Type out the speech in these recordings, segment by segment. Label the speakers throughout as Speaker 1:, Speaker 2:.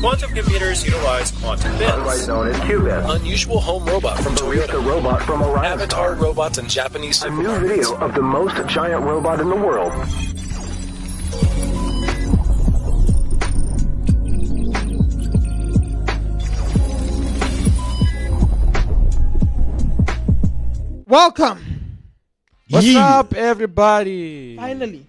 Speaker 1: Quantum computers utilize quantum
Speaker 2: Otherwise
Speaker 1: bits.
Speaker 2: known as Qubits.
Speaker 1: Unusual home robot from
Speaker 2: Released a
Speaker 1: Toyota.
Speaker 2: robot from Orion.
Speaker 1: Avatar robots and Japanese
Speaker 2: A new video
Speaker 1: supermarkets.
Speaker 2: of the most giant robot in the world.
Speaker 3: Welcome.
Speaker 4: What's
Speaker 5: Yeah.
Speaker 3: Eh,
Speaker 4: up, everybody?
Speaker 3: Finally,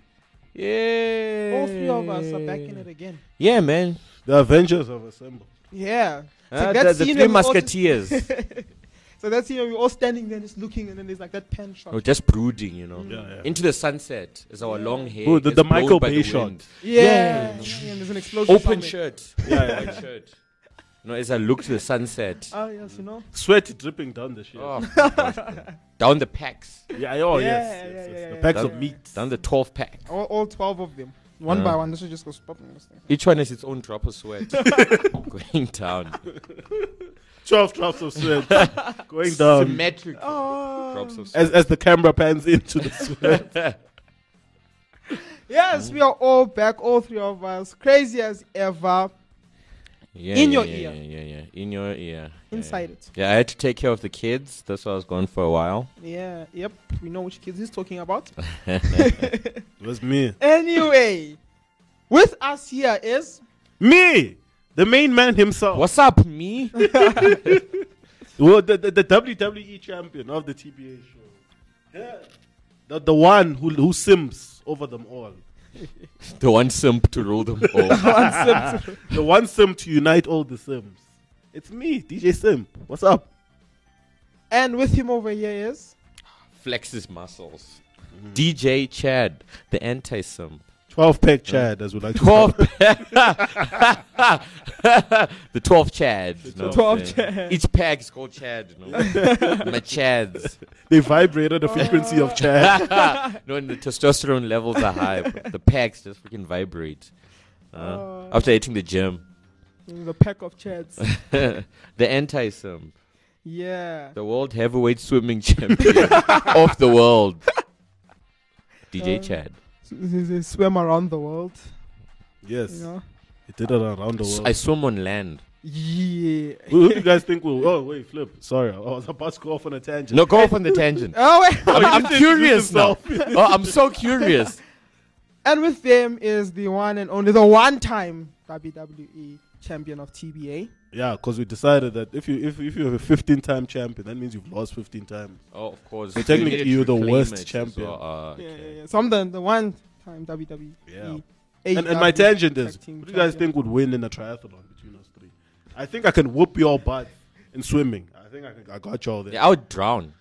Speaker 4: Yeah.
Speaker 3: all three of us are back in it again.
Speaker 4: Yeah, man.
Speaker 5: The Avengers have assembled.
Speaker 3: Yeah. It's
Speaker 4: Uh,
Speaker 3: like that
Speaker 4: the, the
Speaker 3: scene
Speaker 4: three
Speaker 3: where we all just-
Speaker 4: musketeers.
Speaker 3: so that's you know we're all standing there just looking, and then there's like that pan shot.
Speaker 4: oh, just brooding, you know.
Speaker 5: Yeah, yeah.
Speaker 4: Into the sunset as our long hair.
Speaker 5: Bro, the-
Speaker 4: gets
Speaker 5: the
Speaker 4: blown
Speaker 5: Michael
Speaker 4: by the
Speaker 5: Bay shot.
Speaker 4: wind.
Speaker 3: yeah.
Speaker 4: yeah.
Speaker 3: And there's an explosion.
Speaker 4: Open
Speaker 3: somewhere.
Speaker 4: shirt.
Speaker 5: Yeah, yeah.
Speaker 4: White shirt. No, as I look to the sunset.
Speaker 3: Ah yes, you know.
Speaker 5: Sweat dripping down the shit.
Speaker 4: Oh, my gosh, bro. down the packs.
Speaker 5: Yeah, oh,
Speaker 3: Yeah,
Speaker 5: yes.
Speaker 3: yeah,
Speaker 5: yes, yes,
Speaker 3: yeah, yeah,
Speaker 5: the
Speaker 3: yeah.
Speaker 5: packs
Speaker 4: Down-
Speaker 5: of meat.
Speaker 4: Down the 12 pack.
Speaker 3: All, all twelve of them, one
Speaker 4: Yeah.
Speaker 3: by one. This should just go popping. This thing.
Speaker 4: Each one has its own drop of sweat. Going down.
Speaker 5: 12 drops of sweat going down
Speaker 4: Symmetric
Speaker 3: Oh.
Speaker 4: drops of sweat.
Speaker 5: as, as the camera pans into the sweat.
Speaker 3: Yes, we are all back, all three of us, crazy as ever.
Speaker 4: Yeah,
Speaker 3: In
Speaker 4: yeah,
Speaker 3: your
Speaker 4: yeah,
Speaker 3: ear.
Speaker 4: Yeah, yeah, yeah. In your ear. Yeah.
Speaker 3: Inside it.
Speaker 4: Yeah, I had to take care of the kids. That's why I was gone for a while.
Speaker 3: Yeah. Yep. We know which kids he's talking about.
Speaker 5: It was me.
Speaker 3: anyway, with us here is
Speaker 5: Me! The main man himself.
Speaker 4: What's up, me?
Speaker 5: Well, the, the, the WWE champion of the TBA show. Yeah. The, the one who, who sims over them all.
Speaker 4: the one simp to rule them all.
Speaker 5: The one sim to unite all the sims. It's me, DJ Sim. What's up?
Speaker 3: and with him over here is.
Speaker 4: Flex his muscles. DJ Chad, the anti simp.
Speaker 5: 12 pack Chad, as we like to call
Speaker 4: 12 The 12 Chad. The
Speaker 3: 12 Chad.
Speaker 4: Each pack is called Chad. you know. My Chads.
Speaker 5: They vibrated the frequency of Chad.
Speaker 4: No, and the testosterone levels are high. bro. The packs just freaking vibrate. Uh, after hitting the gym.
Speaker 3: The pack of chads.
Speaker 4: the anti simp.
Speaker 3: yeah.
Speaker 4: The world heavyweight swimming champion of the world. DJ
Speaker 3: Uh,
Speaker 4: Chad.
Speaker 3: S- s- s- swim around the world.
Speaker 5: Yes.
Speaker 3: You know?
Speaker 5: It did it around the
Speaker 4: S-
Speaker 5: world.
Speaker 4: I swim on land.
Speaker 3: Yeah.
Speaker 5: who, who do you guys think will? Oh, wait, flip. Sorry, I was about to go off on a tangent.
Speaker 4: No, go off on the tangent.
Speaker 3: Oh, wait.
Speaker 4: I'm, I'm
Speaker 5: introduced
Speaker 4: curious now.
Speaker 5: himself.
Speaker 4: Oh, I'm so curious.
Speaker 3: and with them is the one and only, the one time WWE E champion of TBA.
Speaker 5: Yeah, because we decided that if you if, if you have a 15 time champion, that means you've lost 15 times.
Speaker 4: Oh, of course.
Speaker 5: So technically
Speaker 4: needed
Speaker 5: you're
Speaker 4: to
Speaker 5: the
Speaker 4: claim
Speaker 5: worst
Speaker 4: it as
Speaker 5: champion.
Speaker 4: well. Ah, okay.
Speaker 3: Yeah, yeah, yeah. So I'm the, the one time WWE.
Speaker 5: Yeah.
Speaker 3: AEW
Speaker 5: And, and my tangent is,
Speaker 3: tag team
Speaker 5: what do you guys
Speaker 3: champion.
Speaker 5: think would win in a triathlon between us three? I think I can whoop your butt in swimming. I think I, can, I got y'all there.
Speaker 4: Yeah, I would drown.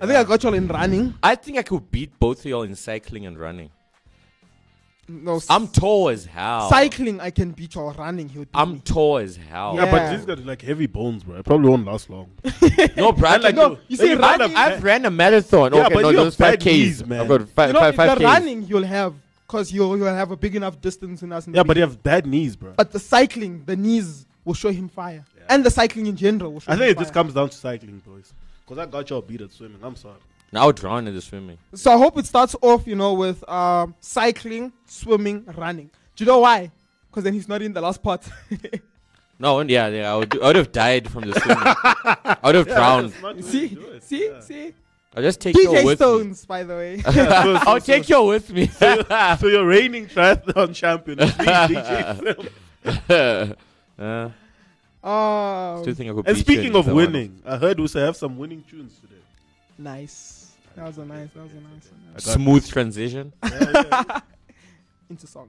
Speaker 3: I think I got y'all in running.
Speaker 4: I think I could beat both of y'all in cycling and running.
Speaker 3: No, s-
Speaker 4: I'm tall as hell.
Speaker 3: cycling. I can beat y'all running. He'll beat
Speaker 4: I'm
Speaker 3: me.
Speaker 4: tall as hell.
Speaker 5: Yeah, but
Speaker 3: Yeah.
Speaker 5: this got like heavy bones, bro. It probably won't last long.
Speaker 4: No, bro. I
Speaker 5: like
Speaker 4: can-
Speaker 3: no, you see,
Speaker 5: Maybe find a
Speaker 3: running-
Speaker 5: pa-
Speaker 4: I've ran a marathon.
Speaker 5: Yeah,
Speaker 4: okay,
Speaker 5: but
Speaker 4: no,
Speaker 5: you
Speaker 4: those
Speaker 5: have bad
Speaker 4: five Ks.
Speaker 5: knees, man.
Speaker 4: I've got five,
Speaker 3: you know,
Speaker 4: five, five
Speaker 3: the
Speaker 4: Ks.
Speaker 3: running you'll have because you'll you'll have a big enough distance in us. in the
Speaker 5: Yeah, but
Speaker 3: beginning.
Speaker 5: you have bad knees, bro.
Speaker 3: But the cycling, the knees will show him fire. And the cycling in general will show
Speaker 5: I
Speaker 3: him
Speaker 5: think it
Speaker 3: fire.
Speaker 5: just comes down to cycling, boys. Because I got y'all beat at swimming. I'm sorry.
Speaker 4: I would drown in the swimming.
Speaker 3: So I hope it starts off, you know, with um, cycling, swimming, running. Do you know why? Because then he's not in the last part.
Speaker 4: No, and yeah, yeah. I would, I would have died from the swimming. I would have drowned.
Speaker 5: That's not the way to
Speaker 3: see,
Speaker 5: do it.
Speaker 3: see,
Speaker 5: Yeah.
Speaker 3: see.
Speaker 4: I'll just take you
Speaker 3: DJ
Speaker 4: with me.
Speaker 3: Stones, by the way.
Speaker 5: Yeah, so- so-
Speaker 4: I'll
Speaker 5: so-
Speaker 4: take you with me.
Speaker 5: So you're reigning triathlon champion. is me, DJ Phil.
Speaker 4: Uh, still
Speaker 3: um,
Speaker 4: think I could
Speaker 5: and
Speaker 4: beat you
Speaker 5: speaking
Speaker 4: in
Speaker 5: of
Speaker 4: that one.
Speaker 5: winning, I heard we have some winning tunes today.
Speaker 3: nice. That was a nice. That was a nice. One.
Speaker 5: I got-
Speaker 4: smooth transition.
Speaker 3: Into song.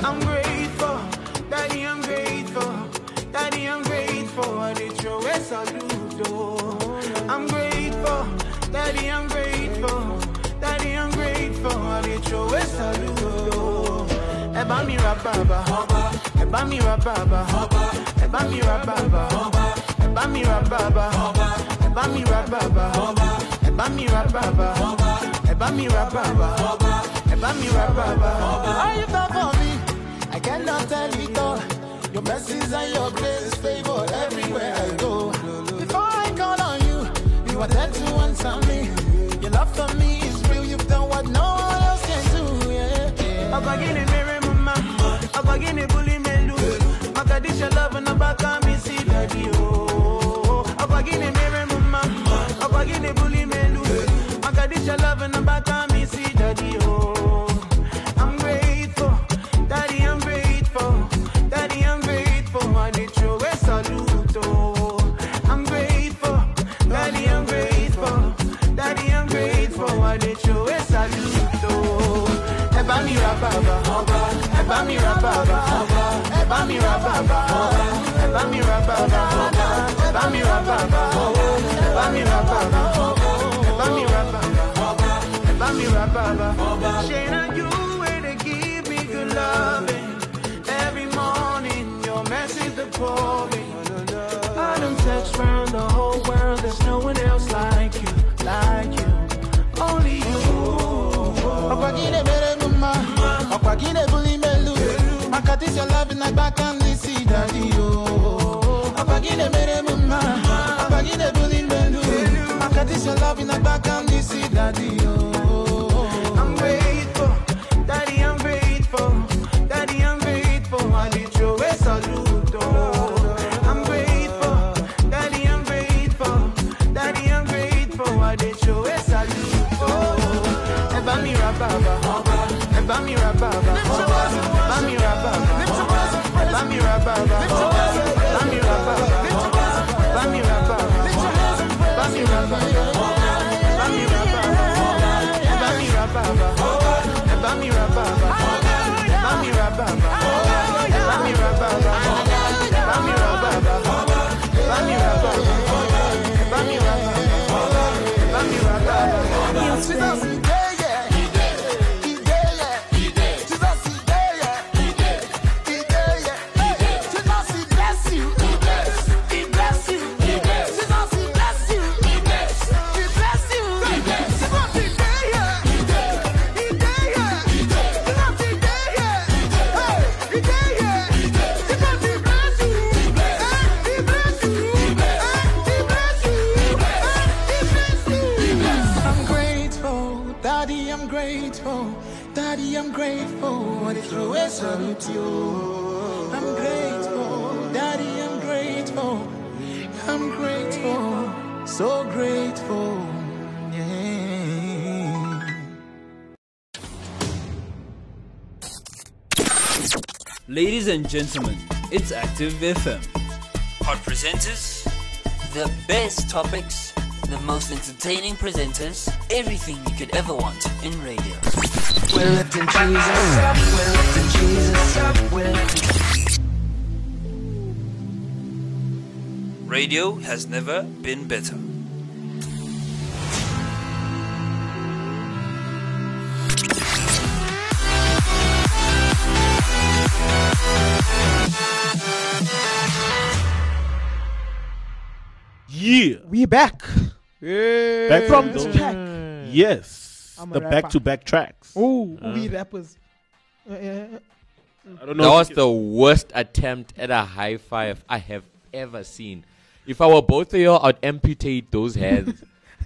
Speaker 6: I'm grateful, Daddy, I'm grateful, Daddy, I'm grateful for the joys I do. do. I'm grateful, Daddy, I'm grateful, Daddy, I'm grateful for the joys I do. do. Eba mi ra baba, eba mi ra baba, eba mi ra baba, eba mi ra baba, eba mi ra baba, eba mi ra baba, eba mi ra baba, eba mi ra baba. Are you baba for me? I cannot tell it all. Your mercies and your grace favor everywhere I go. Before I call on you, you are there to answer me. Your love for me is real. You've done what no one else can do. Yeah. Abagini mere mama, abagini bully melu. Makadisha love and abaka mi si daddy oh. Abagini mere mama, abagini bully melu. Makadisha love and abaka mi si daddy oh. I'm grateful, daddy I'm grateful, daddy I'm grateful. I need your salute oh. I'm grateful, daddy I'm grateful, daddy I'm grateful. I need your salute oh. Ẹ bá mi ra bàbà, ẹ bá mi ra bàbà, ẹ bá mi ra bàbà, ẹ bá mi ra bàbà, ẹ bá mi ra bàbà, ẹ bá mi ra bàbà, ẹ bá mi ra bàbà, ẹ bá mi ra bàbà. Ṣé na you way to give me good loving? Every morning your message the pouring. I done text round the whole world, there's no one else like you, like you, only you. Okwagine mere mama, okwagine buli melu. Makatis your love in back and this see daddy yo. Okwagine mere mama, okwagine buli melu. Makatis your love in back and this see daddy yo. I'm grateful, daddy I'm grateful, daddy I'm grateful. I need your salute. oh. I'm grateful, daddy I'm grateful, daddy I'm grateful. I need your salute. oh. Ẹ bá mi ra bàbà. Ẹ bá mi ra bàbà. Ẹ bá mi ra bàbà. Ẹ bá mi ra bàbà. Ẹ bá mi ra bàbà. Ẹ bá mi ra bàbà. Ẹ bá mi ra bàbà. Ẹ bá mi ra bàbà. Ẹ bá mi ra bàbà. Ẹ bá mi ra bàbà. Ẹ bá mi ra bàbà. Ẹ bá mi ra bàbà. Ẹ bá mi ra bàbà. Ẹ bá mi ra bàbà. Ẹ bá mi ra bàbà. Ẹ bá mi ra bàbà. Jesus, he there, yeah. He there. He there, yeah. He there. Jesus, he there, yeah. He there. He there, yeah. He there. Jesus, he bless you. He bless. He bless you. He bless. Jesus, he bless you. He bless. He bless you. He bless. Jesus, he there, yeah. He there. He there, yeah. He there. Jesus, he there, yeah. He there. Hey, he there, yeah. He there. Jesus, he bless you. He bless. Hey, he bless you. He bless. Hey, he bless you. He bless. Hey, he bless you. He bless. I'm grateful, Daddy, I'm grateful, Daddy, I'm grateful. What is always salute you. I'm grateful, Daddy, I'm grateful, I'm grateful, so grateful. Yeah.
Speaker 7: Ladies and gentlemen, it's Active FM. Hot presenters,
Speaker 8: The best topics, the most entertaining presenters, everything you could ever want in radio. We're lifting Jesus up, we're lifting Jesus up, we're lifting
Speaker 7: radio has never been better.
Speaker 5: Yeah.
Speaker 3: We back. Yeah.
Speaker 5: Back from
Speaker 3: It's
Speaker 5: those-
Speaker 3: back.
Speaker 5: Yes.
Speaker 3: I'm a
Speaker 5: the
Speaker 3: rapper.
Speaker 5: back to back tracks.
Speaker 3: Oh, we rappers. Uh, uh,
Speaker 5: I
Speaker 4: That
Speaker 5: don't know.
Speaker 4: was the worst attempt at a high five I have ever seen. If I were both of y'all, I'd amputate those hands.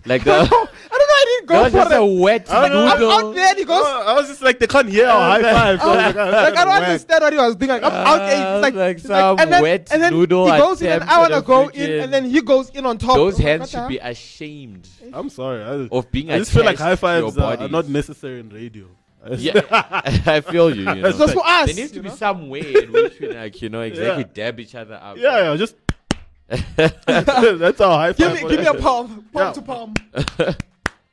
Speaker 4: like the,
Speaker 3: Oh, I don't know. I didn't
Speaker 4: that
Speaker 3: go
Speaker 4: was just
Speaker 3: for
Speaker 4: a
Speaker 3: it.
Speaker 4: wet
Speaker 5: don't know.
Speaker 3: I'm out
Speaker 4: noodle.
Speaker 3: there. He goes.
Speaker 5: Oh, I was just like, they can't hear our high five. So I was like, oh,
Speaker 3: like I don't
Speaker 5: whack.
Speaker 3: understand what he was doing. Like I'm out there. It's like,
Speaker 4: like
Speaker 3: it's
Speaker 4: some
Speaker 3: and then,
Speaker 4: wet
Speaker 3: and then
Speaker 4: noodle
Speaker 3: He goes in, and
Speaker 4: attempt
Speaker 3: I
Speaker 4: at
Speaker 3: wanna
Speaker 4: a
Speaker 3: go in,
Speaker 4: freaking-
Speaker 3: and then he goes in on top.
Speaker 4: Those
Speaker 3: I'm like,
Speaker 4: hands
Speaker 3: what
Speaker 4: should
Speaker 3: the
Speaker 4: be
Speaker 3: hell?
Speaker 4: ashamed.
Speaker 5: I'm sorry. I,
Speaker 4: Of being
Speaker 5: I just feel like high
Speaker 4: attached to your
Speaker 5: fives are, are
Speaker 4: bodies.
Speaker 5: not necessary in radio.
Speaker 4: Yeah, I feel you. you know.
Speaker 5: It's
Speaker 3: just for us,
Speaker 4: There needs to
Speaker 3: you
Speaker 4: be
Speaker 3: know?
Speaker 4: some way in which we like, you know, exactly
Speaker 5: Yeah.
Speaker 4: dab each other up.
Speaker 5: Yeah, yeah, just. that's how high five.
Speaker 3: Give me,
Speaker 5: was.
Speaker 3: give me a palm, palm
Speaker 5: Yeah.
Speaker 3: to palm.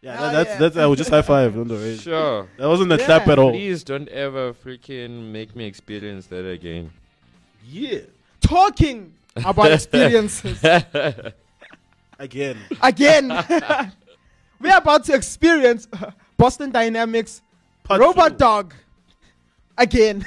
Speaker 5: Yeah,
Speaker 3: Hell
Speaker 5: that, that's
Speaker 3: yeah.
Speaker 5: that's I would just high five on the radio.
Speaker 4: Sure.
Speaker 5: That wasn't a
Speaker 3: Yeah.
Speaker 5: clap at all.
Speaker 4: Please don't ever freaking make me experience that again.
Speaker 5: Yeah,
Speaker 3: Talking about experiences
Speaker 5: again.
Speaker 3: again. We're about to experience Boston Dynamics
Speaker 5: Part
Speaker 3: Robot
Speaker 5: two.
Speaker 3: Dog again,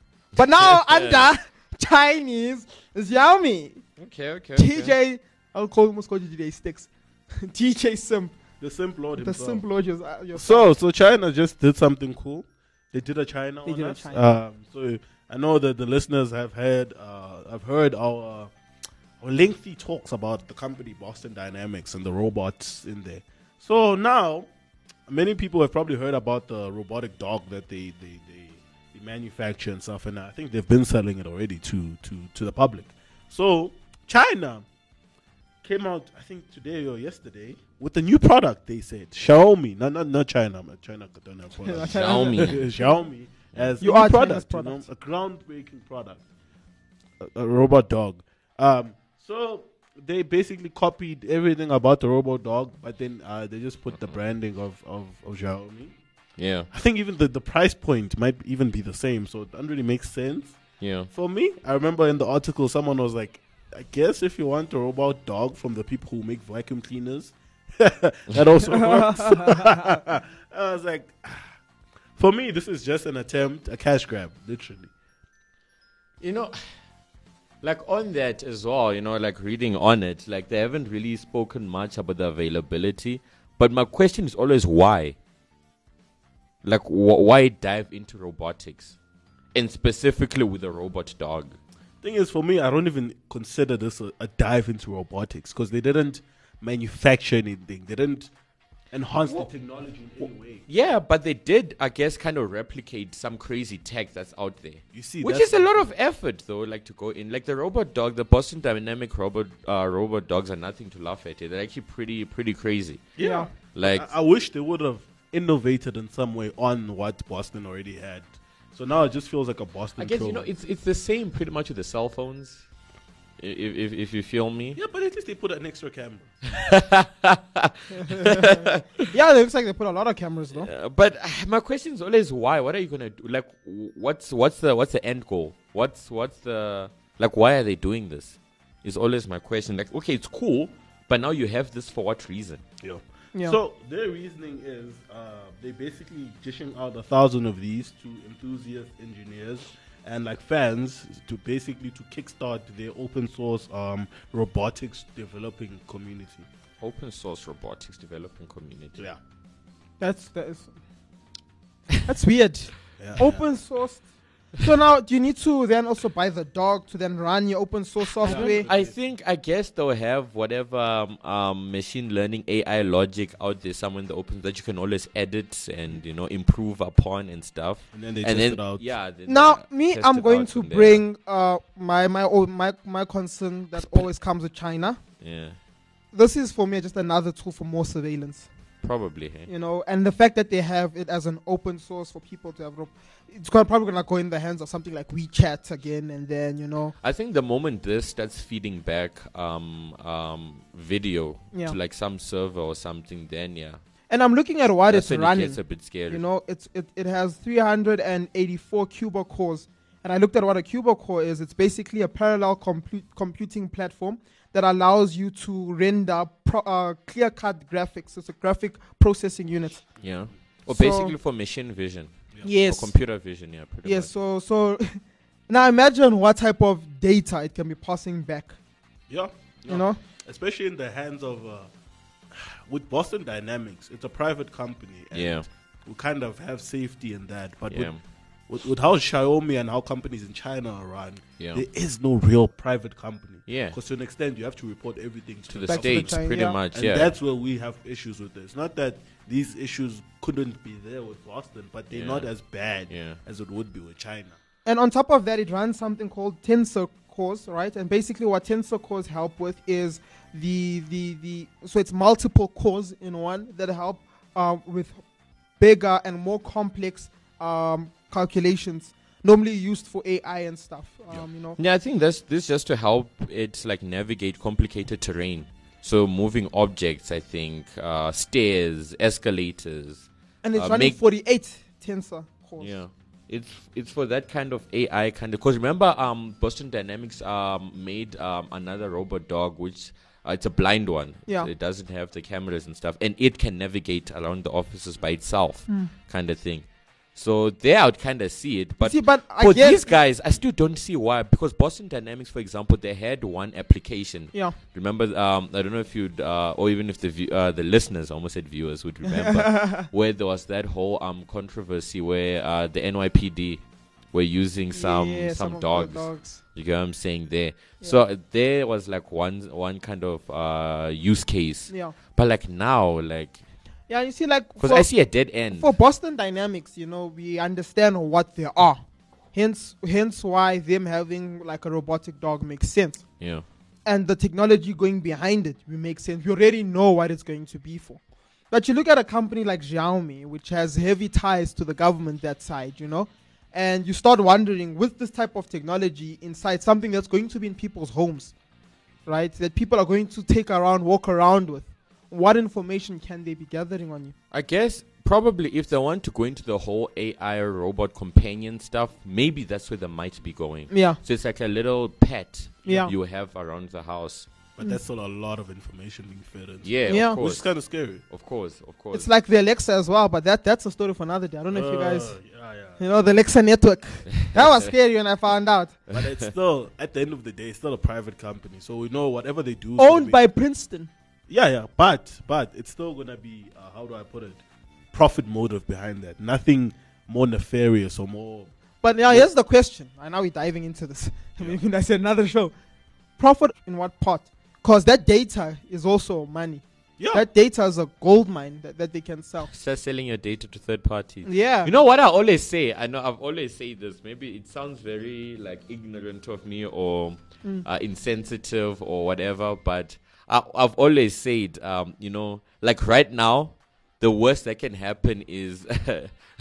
Speaker 3: but now under Chinese Xiaomi
Speaker 4: Okay, okay. okay.
Speaker 3: TJ. I'll call almost call you today sticks. TJ Simp,
Speaker 5: The simple Lord
Speaker 3: the
Speaker 5: himself.
Speaker 3: Simp Lodges. Uh, your
Speaker 5: So so China just did something cool. They did a China
Speaker 3: They
Speaker 5: on
Speaker 3: did a
Speaker 5: us.
Speaker 3: China.
Speaker 5: Um, so I know that the listeners have heard, uh, I've heard our, our lengthy talks about the company Boston Dynamics and the robots in there. So now, many people have probably heard about the robotic dog that they they, they, they manufacture and stuff, and I think they've been selling it already to to to the public. So China came out, I think today or yesterday, with a new product. They said Xiaomi, no, not not China, man. China don't have products.
Speaker 4: Xiaomi.
Speaker 5: Xiaomi as
Speaker 3: You
Speaker 5: a new
Speaker 3: are China's
Speaker 5: product,
Speaker 3: product.
Speaker 5: You know, a groundbreaking product, a, a robot dog. Um, so they basically copied everything about the robot dog, but then uh, they just put the branding of, of, of Xiaomi.
Speaker 4: Yeah.
Speaker 5: I think even the, the price point might even be the same, so it doesn't really make sense
Speaker 4: Yeah.
Speaker 5: for me. I remember in the article, someone was like, I guess if you want a robot dog from the people who make vacuum cleaners, that also works. I was like, "Ah." for me, this is just an attempt, a cash grab, literally.
Speaker 4: You know, like on that as well, you know, like reading on it, like they haven't really spoken much about the availability. But my question is always why? Like, wh- why dive into robotics? And specifically with a robot dog.
Speaker 5: Thing is, for me, I don't even consider this a, a dive into robotics because they didn't manufacture anything, they didn't enhance the technology in any way.
Speaker 4: Yeah, but they did, I guess, kind of replicate some crazy tech that's out there.
Speaker 5: You see,
Speaker 4: which
Speaker 5: that's
Speaker 4: is a
Speaker 5: the
Speaker 4: lot of effort, though. Like to go in, like the robot dog, the Boston Dynamic robot uh, robot dogs are nothing to laugh at. They're actually pretty pretty crazy.
Speaker 3: Yeah.
Speaker 4: Like
Speaker 5: I, I wish they would have innovated in some way on what Boston already had. So now it just feels like a Boston.
Speaker 4: I guess you know
Speaker 5: clone.
Speaker 4: it's it's the same pretty much with the cell phones. i- If if, if you feel me,
Speaker 5: Yeah, but at least they put an extra camera.
Speaker 3: Yeah, it looks like they put a lot of cameras though.
Speaker 4: Uh, but uh, my question is always why? What are you gonna do? Like, w- what's what's the what's the end goal? What's what's the like? Why are they doing this? Is always my question. Like, okay, it's cool, but now you have this for what reason?
Speaker 5: Yeah.
Speaker 3: Yeah.
Speaker 5: So their reasoning is uh, they basically dishing out a thousand of these to enthusiast engineers and like fans to basically to kickstart their open source um, robotics developing community.
Speaker 4: Open source robotics developing community.
Speaker 5: Yeah.
Speaker 3: That's that is that's weird. Open source. So now do you need to then also buy the dog to then run your open source software?
Speaker 4: I think I guess they'll have whatever um, um, machine learning AI logic out there somewhere in the open that you can always edit and you know improve upon and stuff.
Speaker 5: And then they test it out.
Speaker 4: Yeah. then
Speaker 3: Now
Speaker 4: they
Speaker 3: me,
Speaker 4: test
Speaker 3: I'm
Speaker 4: it
Speaker 3: going
Speaker 4: out
Speaker 3: to
Speaker 4: from there.
Speaker 3: bring uh my my own- my my concern that always comes with China.
Speaker 4: Yeah.
Speaker 3: This is for me just another tool for more surveillance.
Speaker 4: Probably. Hey?
Speaker 3: you know, and the fact that they have it as an open source for people to have, rope- it's gonna, probably gonna go in the hands of something like WeChat again, and then you know,
Speaker 4: I think the moment this starts feeding back um, um, video
Speaker 3: Yeah.
Speaker 4: to like some server or something, then yeah,
Speaker 3: and I'm looking at what
Speaker 4: that's
Speaker 3: it's
Speaker 4: when it
Speaker 3: running.
Speaker 4: gets a bit scary.
Speaker 3: You know, it's it, it has 384 cuba cores, and I looked at what a cuba core is. It's basically a parallel compute, computing platform that allows you to render pro, uh, clear-cut graphics. It's a graphic processing unit.
Speaker 4: yeah, or
Speaker 3: So-
Speaker 4: basically for machine vision
Speaker 3: Yes.
Speaker 4: or computer vision. Yeah, pretty
Speaker 3: Yes.
Speaker 4: much.
Speaker 3: So so, now imagine what type of data it can be passing back.
Speaker 5: Yeah.
Speaker 3: You know.
Speaker 5: especially in the hands of uh, with Boston Dynamics, it's a private company. And
Speaker 4: Yeah.
Speaker 5: we kind of have safety in that, but
Speaker 4: Yeah.
Speaker 5: with, with, with how Xiaomi and how companies in China are run,
Speaker 4: Yeah.
Speaker 5: there is no real private company.
Speaker 4: Yeah.
Speaker 5: because to an extent, you have to report everything to,
Speaker 4: to the
Speaker 3: Back to
Speaker 5: government.
Speaker 3: the
Speaker 4: states,
Speaker 3: China-
Speaker 4: pretty
Speaker 3: yeah.
Speaker 4: much.
Speaker 5: And
Speaker 4: Yeah,
Speaker 5: that's where we have issues with this. Not that these issues couldn't be there with Boston, but they're
Speaker 4: Yeah.
Speaker 5: not as bad
Speaker 4: Yeah.
Speaker 5: as it would be with China.
Speaker 3: And on top of that, it runs something called tensor cores, right? And basically, what tensor cores help with is the the the so it's multiple cores in one that help uh, with bigger and more complex um, calculations, normally used for AI and stuff. Um, You know,
Speaker 4: Yeah, I think that's this just to help it like navigate complicated terrain. So moving objects, I think uh, stairs, escalators.
Speaker 3: and it's
Speaker 4: uh,
Speaker 3: running
Speaker 4: make-
Speaker 3: 48 tensor cores.
Speaker 4: Yeah, it's it's for that kind of AI kind of. Because remember, um, Boston Dynamics um made um another robot dog which. Uh, it's a blind one.
Speaker 3: Yeah.
Speaker 4: It doesn't
Speaker 3: Hmm.
Speaker 4: have the cameras and stuff, and it can navigate around the offices by itself, kind of thing. So there, I'd kind of see it, but
Speaker 3: See, but
Speaker 4: for
Speaker 3: again-
Speaker 4: these guys, I still don't see why. Because Boston Dynamics, for example, they had one application.
Speaker 3: Yeah.
Speaker 4: Remember, um, I don't know if you'd, uh, or even if the view, uh, the listeners, I almost said viewers, would remember where there was that whole um controversy where uh, the NYPD were using some
Speaker 3: Yeah,
Speaker 4: some,
Speaker 3: of the
Speaker 4: dogs. You get what I'm saying there. So uh, there was like one one kind of uh, use case.
Speaker 3: Yeah.
Speaker 4: But like now, like
Speaker 3: Yeah, you see, like
Speaker 4: because
Speaker 3: for-
Speaker 4: I see a dead end.
Speaker 3: for Boston Dynamics, you know, we understand what they are. Hence, hence why them having like a robotic dog makes sense,
Speaker 4: yeah.
Speaker 3: and the technology going behind it will make sense. You already know what it's going to be for. But you look at a company like Xiaomi, which has heavy ties to the government that side, you know, and you start wondering with this type of technology inside something that's going to be in people's homes, right? That people are going to take around, walk around with. What information can they be gathering on you?
Speaker 4: I guess probably if they want to go into the whole AI robot companion stuff, maybe that's where they might be going.
Speaker 3: Yeah.
Speaker 4: So it's like a little pet
Speaker 3: Yeah.
Speaker 4: you have around the house.
Speaker 3: Mm.
Speaker 5: But that's still a lot of information being fed into.
Speaker 4: Yeah,
Speaker 3: Yeah.
Speaker 4: of
Speaker 5: Which is
Speaker 4: course.
Speaker 5: kind of scary.
Speaker 4: Of course, of course.
Speaker 3: It's like the Alexa as well, but that that's a story for another day. I don't know if you
Speaker 5: Uh,
Speaker 3: guys,
Speaker 5: Yeah, yeah.
Speaker 3: you know, the Alexa network. That was scary when I found out.
Speaker 5: But it's still, at the end of the day, it's still a private company. So we know whatever they do. is gonna
Speaker 3: Owned
Speaker 5: be-
Speaker 3: by Princeton.
Speaker 5: Yeah, yeah. But, but it's still going to be, uh, how do I put it? Profit motive behind that. Nothing more nefarious or more.
Speaker 3: But now here's the question. And now we're diving into this. I mean, that's another show. Profit in what part? Because that data is also money.
Speaker 5: Yeah.
Speaker 3: That data is a gold mine that, that they can sell.
Speaker 4: Start selling your data to third parties.
Speaker 3: Yeah.
Speaker 4: You know what I always say? I know I've always said this. Maybe it sounds very like ignorant of me or
Speaker 3: Mm.
Speaker 4: uh, insensitive or whatever, but I, I've always said, um, you know, like right now, the worst that can happen is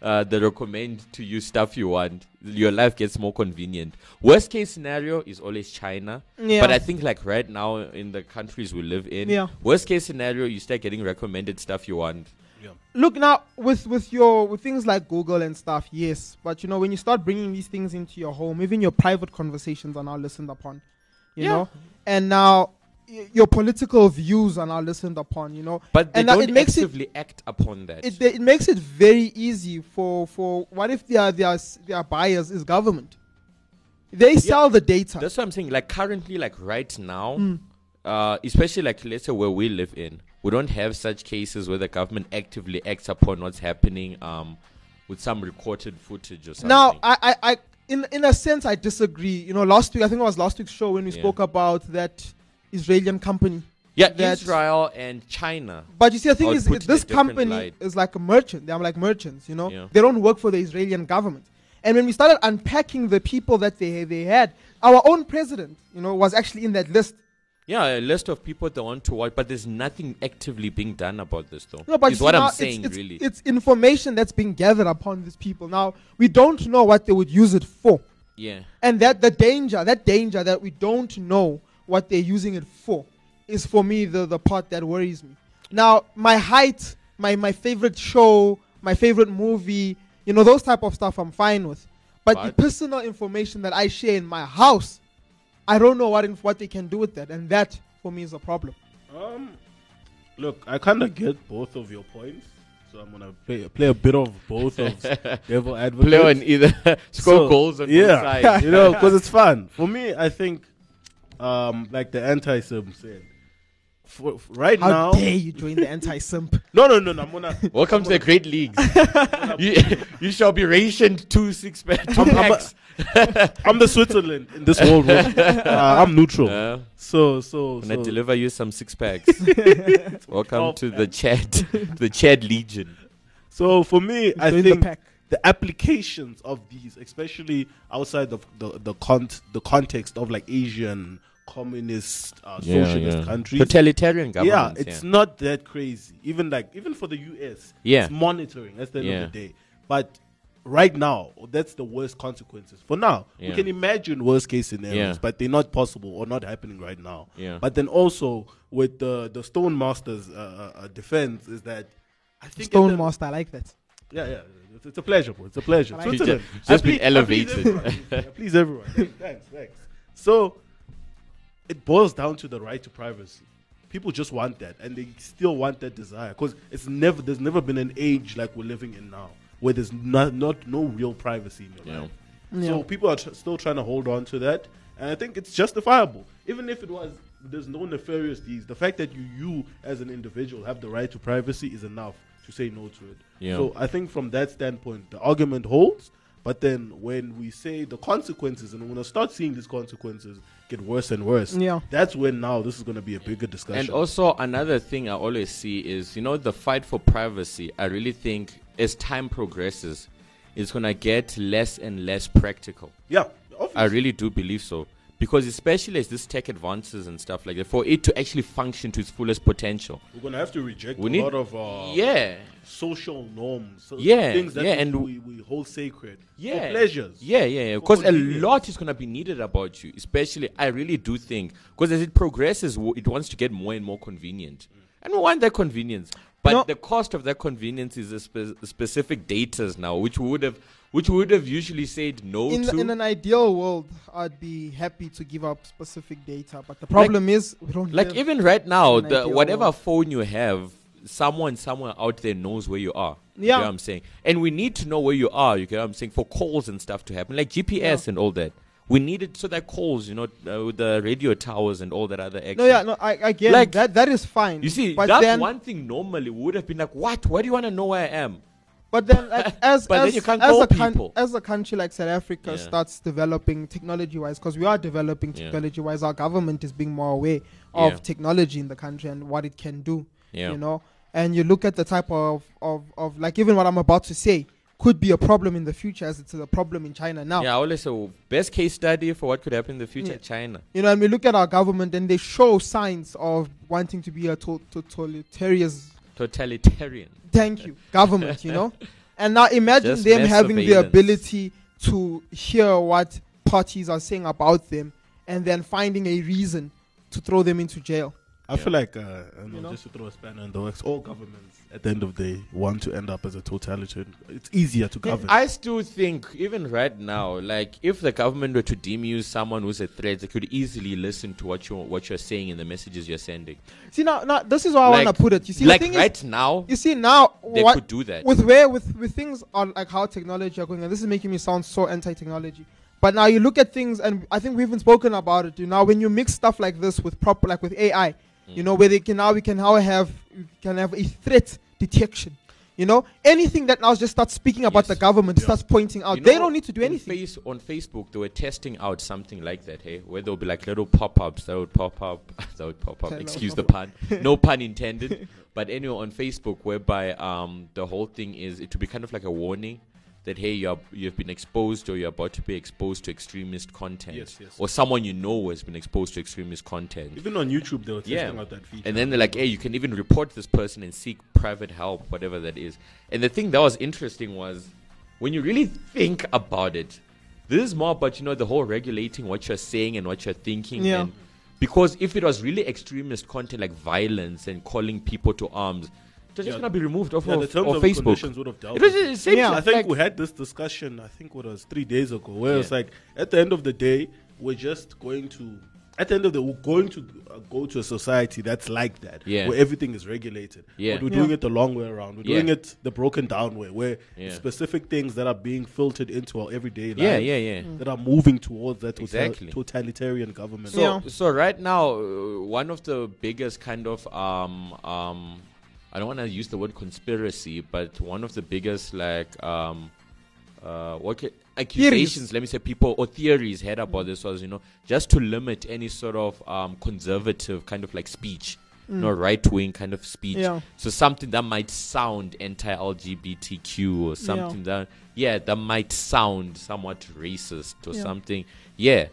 Speaker 4: uh, they recommend to you stuff you want. Your life gets more convenient. Worst case scenario is always China,
Speaker 3: Yeah.
Speaker 4: but I think like right now in the countries we live in,
Speaker 3: Yeah.
Speaker 4: worst case scenario you start getting recommended stuff you want.
Speaker 3: look now with with your with things like google and stuff yes but you know when you start bringing these things into your home even your private conversations are now listened upon you know and now y- your political views are now listened upon you know
Speaker 4: But they
Speaker 3: and now
Speaker 4: don't
Speaker 3: it makes it
Speaker 4: actively act upon that.
Speaker 3: it, it makes it very easy for for what if their their their buyers is government they sell the data
Speaker 4: That's what I'm saying. Like currently, like right now,
Speaker 3: Hmm.
Speaker 4: uh, especially like let's say where we live in, we don't have such cases where the government actively acts upon what's happening um, with some recorded footage or something.
Speaker 3: Now, I, I, I, in in a sense, I disagree. You know, last week I think it was last week's show when we
Speaker 4: Yeah.
Speaker 3: spoke about that Israeli company.
Speaker 4: yeah,
Speaker 3: that-
Speaker 4: Israel and China.
Speaker 3: But you see, the thing
Speaker 4: I'll
Speaker 3: is,
Speaker 4: put it
Speaker 3: this
Speaker 4: a different
Speaker 3: company
Speaker 4: light.
Speaker 3: is like a merchant. They're like merchants, you know.
Speaker 4: Yeah.
Speaker 3: They don't work for the Israeli government. And when we started unpacking the people that they they had, our own president, you know, was actually in that list.
Speaker 4: Yeah, a list of people they want to watch, but there's nothing actively being done about this, though.
Speaker 3: No, but
Speaker 4: is
Speaker 3: you see,
Speaker 4: what
Speaker 3: now
Speaker 4: I'm
Speaker 3: it's-
Speaker 4: saying,
Speaker 3: it's-
Speaker 4: really.
Speaker 3: It's information that's being gathered upon these people. Now we don't know what they would use it for.
Speaker 4: yeah.
Speaker 3: and that the danger that danger that we don't know what they're using it for is for me the, the part that worries me now my height my, my favorite show my favorite movie you know those type of stuff i'm fine with but, the
Speaker 4: But-
Speaker 3: personal information that i share in my house i don't know what, inf- what they can do with that and that for me is a problem
Speaker 5: Um, look, I kind of get both of your points. So I'm going to play, play a bit of both of devil advocate.
Speaker 4: Play on either score
Speaker 5: So,
Speaker 4: goals on
Speaker 5: yeah,
Speaker 4: both sides.
Speaker 5: you know, because it's fun. For me, I think, um, like the anti-sim said, for, for right
Speaker 3: how
Speaker 5: now,
Speaker 3: dare you join the anti-simp
Speaker 5: no, no, no, no, I'm gonna,
Speaker 4: Welcome to the great leagues. you, you shall be rationed two six pack- two
Speaker 5: I'm a-
Speaker 4: packs.
Speaker 5: I'm the Switzerland in this world. War. Uh, I'm neutral.
Speaker 4: Yeah.
Speaker 5: so, so,
Speaker 4: Gonna
Speaker 5: so
Speaker 4: deliver you some six packs. Welcome to the Chad, the Chad Legion.
Speaker 5: So for me, I
Speaker 3: doing the
Speaker 5: think the,
Speaker 3: pack.
Speaker 5: applications of these, especially outside of the the con- the context of like Asian communist uh, socialist countries,
Speaker 4: totalitarian
Speaker 5: yeah,
Speaker 4: governments.
Speaker 5: it's not that crazy. Even like even for the US,
Speaker 4: Yeah.
Speaker 5: it's monitoring. That's the end
Speaker 4: Yeah.
Speaker 5: of the day. But right now, that's the worst consequences. For now,
Speaker 4: Yeah.
Speaker 5: we can imagine worst case scenarios,
Speaker 4: Yeah.
Speaker 5: but they're not possible or not happening right now.
Speaker 4: Yeah.
Speaker 5: But then also with the the Stone Masters uh, uh, uh, defense is that I think at
Speaker 3: stone
Speaker 5: the-
Speaker 3: master i like that
Speaker 5: yeah, yeah. It's, it's a pleasure, bro. It's a pleasure.
Speaker 3: like it.
Speaker 5: Switzerland.
Speaker 4: Just- just
Speaker 5: I
Speaker 4: been
Speaker 5: please- I please
Speaker 4: elevated.
Speaker 5: everyone. I Please everyone. Thanks, thanks. So it boils down to the right to privacy. People just want that, and they still want that desire because it's never. There's never been an age like we're living in now where there's not, not no real privacy in your
Speaker 4: Yeah.
Speaker 5: life. So people are tr- still trying to hold on to that, and I think it's justifiable. Even if it was, there's no nefarious deeds. The fact that you, you as an individual, have the right to privacy is enough to say no to it.
Speaker 4: Yeah.
Speaker 5: So I think from that standpoint, the argument holds. But then when we say the consequences, and when I start seeing these consequences get worse and worse,
Speaker 3: Yeah.
Speaker 5: that's when now this is going to be a bigger discussion.
Speaker 4: And also another thing I always see is you know the fight for privacy. I really think as time progresses, it's gonna get less and less practical.
Speaker 5: yeah, obviously.
Speaker 4: I really do believe so because especially as this tech advances and stuff like that, for it to actually function to its fullest potential,
Speaker 5: we're going to have to reject
Speaker 4: we
Speaker 5: a
Speaker 4: need
Speaker 5: lot of uh,
Speaker 4: yeah.
Speaker 5: social norms, so
Speaker 4: Yeah,
Speaker 5: things that
Speaker 4: yeah,
Speaker 5: we,
Speaker 4: and-
Speaker 5: we, we hold sacred, for
Speaker 4: Yeah.
Speaker 5: pleasures,
Speaker 4: Yeah, yeah, yeah.
Speaker 5: for
Speaker 4: Because a
Speaker 5: convenience.
Speaker 4: lot is going to be needed about you, especially, I really do think, because as it progresses, w- it wants to get more and more convenient. And we want that convenience. But
Speaker 3: No.
Speaker 4: the cost of that convenience is a spe- specific datas now, which we would have which we would have usually said
Speaker 5: Oh,
Speaker 4: no
Speaker 3: in,
Speaker 4: to.
Speaker 3: in an ideal world, I'd be happy to give up specific data, but the problem is we don't
Speaker 4: like
Speaker 3: live-
Speaker 4: even right now,
Speaker 3: an
Speaker 4: the
Speaker 3: ideal
Speaker 4: whatever
Speaker 3: world.
Speaker 4: phone you have, someone somewhere out there knows where you are. You
Speaker 3: Yeah.
Speaker 4: get what I'm saying? And we need to know where you are, you get what I'm saying, for calls and stuff to happen, like GPS and all that. We need it so that calls, you know, uh, with the radio towers and all that other extra.
Speaker 3: no, yeah, no, I, I get
Speaker 4: Like-
Speaker 3: that. That is fine.
Speaker 4: You see,
Speaker 3: but
Speaker 4: that's
Speaker 3: then,
Speaker 4: one thing normally we would have been like, what? Why do you want to know where I am?
Speaker 3: But then, like, as
Speaker 4: But
Speaker 3: as,
Speaker 4: then you can't
Speaker 3: as,
Speaker 4: call
Speaker 3: a coun-
Speaker 4: people.
Speaker 3: as a country like South Africa
Speaker 4: Yeah.
Speaker 3: starts developing technology-wise, because we are developing
Speaker 4: Yeah.
Speaker 3: technology-wise, our government is being more aware of
Speaker 4: Yeah.
Speaker 3: technology in the country and what it can do.
Speaker 4: Yeah.
Speaker 3: You know, and you look at the type of, of of like even what I'm about to say could be a problem in the future, as it's a problem in China now.
Speaker 4: Yeah, I always say well, best case study for what could happen in the future,
Speaker 3: Yeah.
Speaker 4: China.
Speaker 3: You know, and we look at our government and they show signs of wanting to be a to- totalitarian.
Speaker 4: Totalitarian.
Speaker 3: Thank you, government. You know, and now imagine
Speaker 4: Just
Speaker 3: them
Speaker 4: mass
Speaker 3: having the
Speaker 4: surveillance.
Speaker 3: ability to hear what parties are saying about them, and then finding a reason to throw them into jail.
Speaker 5: I feel like, uh, I don't know,
Speaker 3: know?
Speaker 5: just to throw a spanner in the works, all governments at the end of the day want to end up as a totalitarian. It's easier to govern.
Speaker 4: I still think, even right now, like if the government were to deem you someone who's a threat, they could easily listen to what you what you're saying and the messages you're sending.
Speaker 3: See now, now this is how I want
Speaker 4: Like-
Speaker 3: to put it. You see,
Speaker 4: like
Speaker 3: the thing
Speaker 4: right
Speaker 3: is,
Speaker 4: now,
Speaker 3: you see now
Speaker 4: they
Speaker 3: what
Speaker 4: could do that.
Speaker 3: with where with with things on like how technology are going and this is making me sound so anti-technology but now you look at things and i think we've even spoken about it you know when you mix stuff like this with proper like with ai you
Speaker 4: Mm.
Speaker 3: know where they can now we can now have we can have a threat detection you know anything that now just starts speaking about
Speaker 4: Yes.
Speaker 3: the government starts pointing out
Speaker 4: You
Speaker 3: they
Speaker 4: know,
Speaker 3: don't need to do
Speaker 4: in
Speaker 3: anything
Speaker 4: Face, on Facebook, they were testing out something like that, hey, where there'll be like little pop-ups that would pop up, that would pop up.
Speaker 3: Hello.
Speaker 4: Excuse the pun, no pun intended. but anyway, on Facebook, whereby um, the whole thing is it to be kind of like a warning that hey, you're you've been exposed or you're about to be exposed to extremist content,
Speaker 5: Yes, yes.
Speaker 4: or someone you know has been exposed to extremist content.
Speaker 5: Even on YouTube, they were testing
Speaker 4: Yeah.
Speaker 5: out that feature.
Speaker 4: And then they're like, hey, you can even report this person and seek private help, whatever that is. And the thing that was interesting was when you really think about it, this is more about, you know, the whole regulating what you're saying and what you're thinking.
Speaker 3: Yeah.
Speaker 4: And because if it was really extremist content like violence and calling people to arms, they're just
Speaker 5: Yeah.
Speaker 4: going to be removed off
Speaker 5: Yeah,
Speaker 4: of,
Speaker 5: the terms
Speaker 4: of
Speaker 5: of
Speaker 4: Facebook.
Speaker 5: conditions would have dealt
Speaker 4: It was
Speaker 5: with it.
Speaker 4: the same
Speaker 3: Yeah.
Speaker 4: thing,
Speaker 5: I think
Speaker 4: like-
Speaker 5: we had this discussion, I think what it was three days ago, where it's
Speaker 4: Yeah.
Speaker 5: like, at the end of the day, we're just going to, at the end of the day, we're going to uh, go to a society that's like that,
Speaker 4: Yeah.
Speaker 5: where everything is regulated.
Speaker 4: Yeah.
Speaker 5: But we're
Speaker 3: Yeah.
Speaker 5: doing it the long way around. We're
Speaker 4: Yeah.
Speaker 5: doing it the broken down way, where
Speaker 4: Yeah.
Speaker 5: specific things that are being filtered into our everyday life
Speaker 4: Yeah, yeah, yeah.
Speaker 5: that are moving towards that total-
Speaker 4: Exactly.
Speaker 5: totalitarian government.
Speaker 4: So,
Speaker 3: Yeah.
Speaker 4: so right now, uh, one of the biggest kind of um um, I don't want to use the word conspiracy, but one of the biggest like um uh what ca- accusations, let me say, people or theories had about this was you know just to limit any sort of um conservative kind of like speech. you know right wing kind of speech.
Speaker 3: Mm. Yeah.
Speaker 4: So something that might sound anti LGBTQ or something that yeah, that might sound somewhat racist or
Speaker 3: Yeah.
Speaker 4: something. Yeah.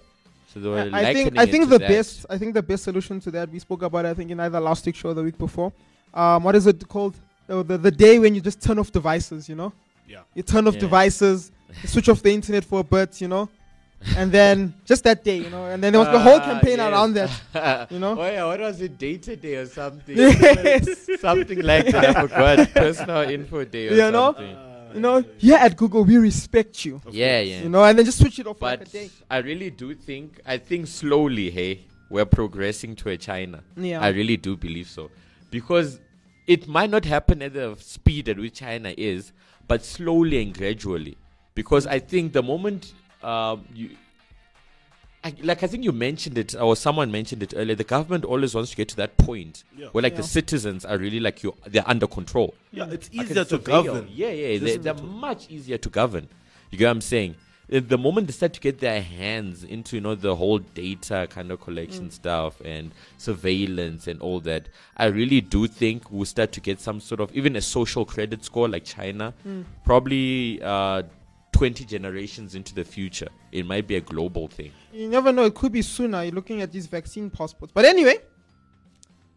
Speaker 4: So they were
Speaker 3: I- I think
Speaker 4: likening
Speaker 3: I
Speaker 4: it
Speaker 3: think
Speaker 4: to
Speaker 3: the
Speaker 4: that.
Speaker 3: best I think the best solution to that we spoke about I think in either last week's show or the week before. Um, what is it called? Oh, The, the, the day when you just turn off devices, you know.
Speaker 5: Yeah.
Speaker 3: You turn off
Speaker 4: Yeah.
Speaker 3: devices, you switch off the internet for a bit, you know, and then just that day, you know, and then there was the whole
Speaker 4: Ah,
Speaker 3: campaign
Speaker 4: yes.
Speaker 3: around that, you know.
Speaker 4: Oh yeah, what was it? Data day or something?
Speaker 3: Yes.
Speaker 4: something like that. Ah, I forgot. Personal info day or
Speaker 3: You know?
Speaker 4: something. Know?
Speaker 3: You know, yeah, at Google we respect you,
Speaker 4: Yeah, yeah.
Speaker 3: you know, and then just switch it off for like a
Speaker 4: but
Speaker 3: day.
Speaker 4: I really do think. I think slowly, hey, we're progressing to a China.
Speaker 3: Yeah.
Speaker 4: I really do believe so, because it might not happen at the speed at which China is, but slowly and gradually. Because I think the moment um, you, I, like I think you mentioned it, or someone mentioned it earlier, the government always wants to get to that point
Speaker 5: Yeah.
Speaker 4: where like the citizens are really like you, they're under control.
Speaker 5: Yeah, it's
Speaker 4: I can
Speaker 5: easier to
Speaker 4: surveil.
Speaker 5: govern.
Speaker 4: Yeah, yeah,
Speaker 5: This
Speaker 4: they,
Speaker 5: is
Speaker 4: they're
Speaker 5: what-
Speaker 4: much easier to govern. You get what I'm saying? The- The moment they start to get their hands into you know the whole data kind of collection
Speaker 5: Mm.
Speaker 4: stuff and surveillance and all that, I really do think we'll start to get some sort of even a social credit score like China,
Speaker 5: Mm.
Speaker 4: probably uh, 20 generations into the future. It might be a global thing.
Speaker 3: You never know. It could be sooner. You're looking at these vaccine passports. But anyway,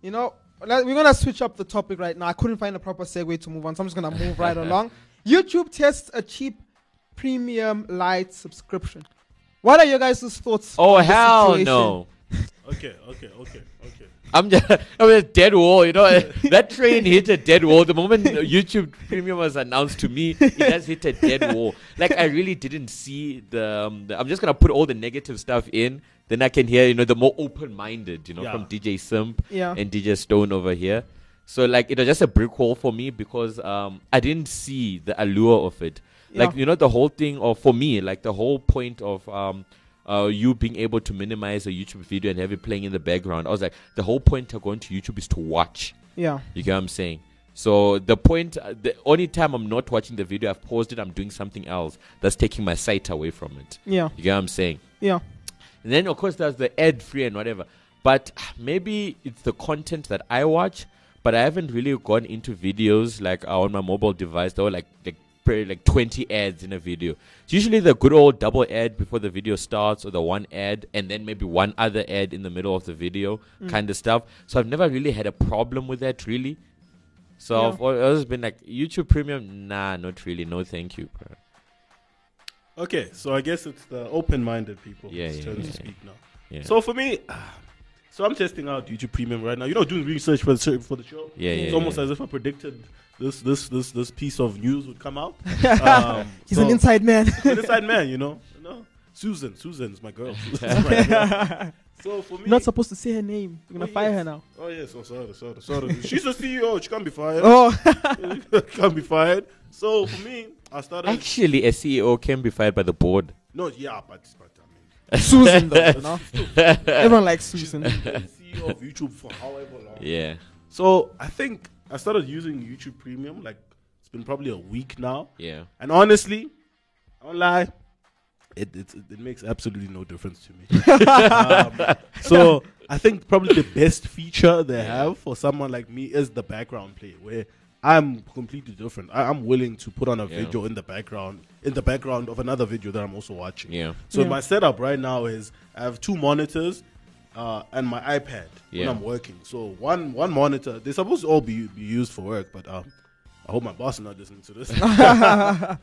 Speaker 3: you know, like, we're gonna switch up the topic right now. I couldn't find a proper segue to move on, so I'm just gonna move right along. YouTube tests a cheap premium light subscription. What are your guys' thoughts?
Speaker 4: Oh
Speaker 3: on this
Speaker 4: hell
Speaker 3: situation?
Speaker 4: no!
Speaker 5: Okay, okay, okay, okay.
Speaker 4: I'm just I'm a dead wall, you know. that train hit a dead wall. The moment YouTube Premium was announced to me, it has hit a dead wall. Like I really didn't see the, um, the- I'm just gonna put all the negative stuff in. Then I can hear, you know, the more open-minded, you know,
Speaker 5: Yeah.
Speaker 4: from DJ Simp
Speaker 3: Yeah.
Speaker 4: and DJ Stone over here. So like it was just a brick wall for me because um I didn't see the allure of it. Like
Speaker 3: Yeah.
Speaker 4: you know the whole thing of for me like the whole point of um uh you being able to minimize a YouTube video and have it playing in the background. I was like the whole point of going to YouTube is to watch.
Speaker 3: Yeah.
Speaker 4: You get what I'm saying? So the point uh, the only time I'm not watching the video I've paused it I'm doing something else that's taking my sight away from it.
Speaker 3: Yeah.
Speaker 4: You get what I'm saying?
Speaker 3: Yeah.
Speaker 4: And then, of course, there's the ad free and whatever. But ah, maybe it's the content that I watch, but I haven't really gone into videos like uh, on my mobile device. There were like, like, pretty, like 20 ads in a video. It's usually the good old double ad before the video starts, or the one ad, and then maybe one other ad in the middle of the video kind of stuff. So I've never really had a problem with that, really. So
Speaker 3: Yeah.
Speaker 4: I've al- always been like, YouTube Premium? Nah, not really. No, thank you. Bro.
Speaker 5: Okay, so I guess it's the open-minded people.
Speaker 4: Yeah,
Speaker 5: who's
Speaker 4: yeah,
Speaker 5: turn
Speaker 4: yeah,
Speaker 5: to
Speaker 4: yeah.
Speaker 5: speak now.
Speaker 4: Yeah.
Speaker 5: So for me, ah, so I'm testing out YouTube Premium right now. You know, doing research for the show, for the show.
Speaker 4: Yeah, yeah,
Speaker 5: It's almost
Speaker 4: yeah.
Speaker 5: as if I predicted this this this this piece of news would come out. Um,
Speaker 3: He's
Speaker 5: so-
Speaker 3: an inside man.
Speaker 5: an inside man, you know. No, Susan, Susan's my girl. Susan's my girl. so for me,
Speaker 3: You're not supposed to say her name. You're gonna
Speaker 5: Oh,
Speaker 3: fire
Speaker 5: yes.
Speaker 3: her now.
Speaker 5: Oh yes, oh sorry, sorry, sorry. She's the CEO. She can't be fired.
Speaker 3: Oh,
Speaker 5: can't be fired. So for me, I started.
Speaker 4: Actually, a CEO can be fired by the board.
Speaker 5: no, yeah, but, but I mean,
Speaker 3: Susan though. you know? Everyone likes Susan.
Speaker 5: been CEO E of YouTube for however long.
Speaker 4: Yeah.
Speaker 5: So I think I started using YouTube Premium. Like it's been probably a week now.
Speaker 4: Yeah.
Speaker 5: And honestly, I won't lie, it it, it makes absolutely no difference to me. um, so I think probably the best feature they have for someone like me is the background play, where I'm completely different. I, I'm willing to put on a
Speaker 4: Yeah.
Speaker 5: video in the background, in the background of another video that I'm also watching.
Speaker 4: Yeah.
Speaker 5: So
Speaker 3: Yeah.
Speaker 5: my setup right now is I have two monitors uh, and my iPad
Speaker 4: Yeah.
Speaker 5: when I'm working. So one one monitor. They're supposed to all be, be used for work, but um, I hope my boss is not listening to this.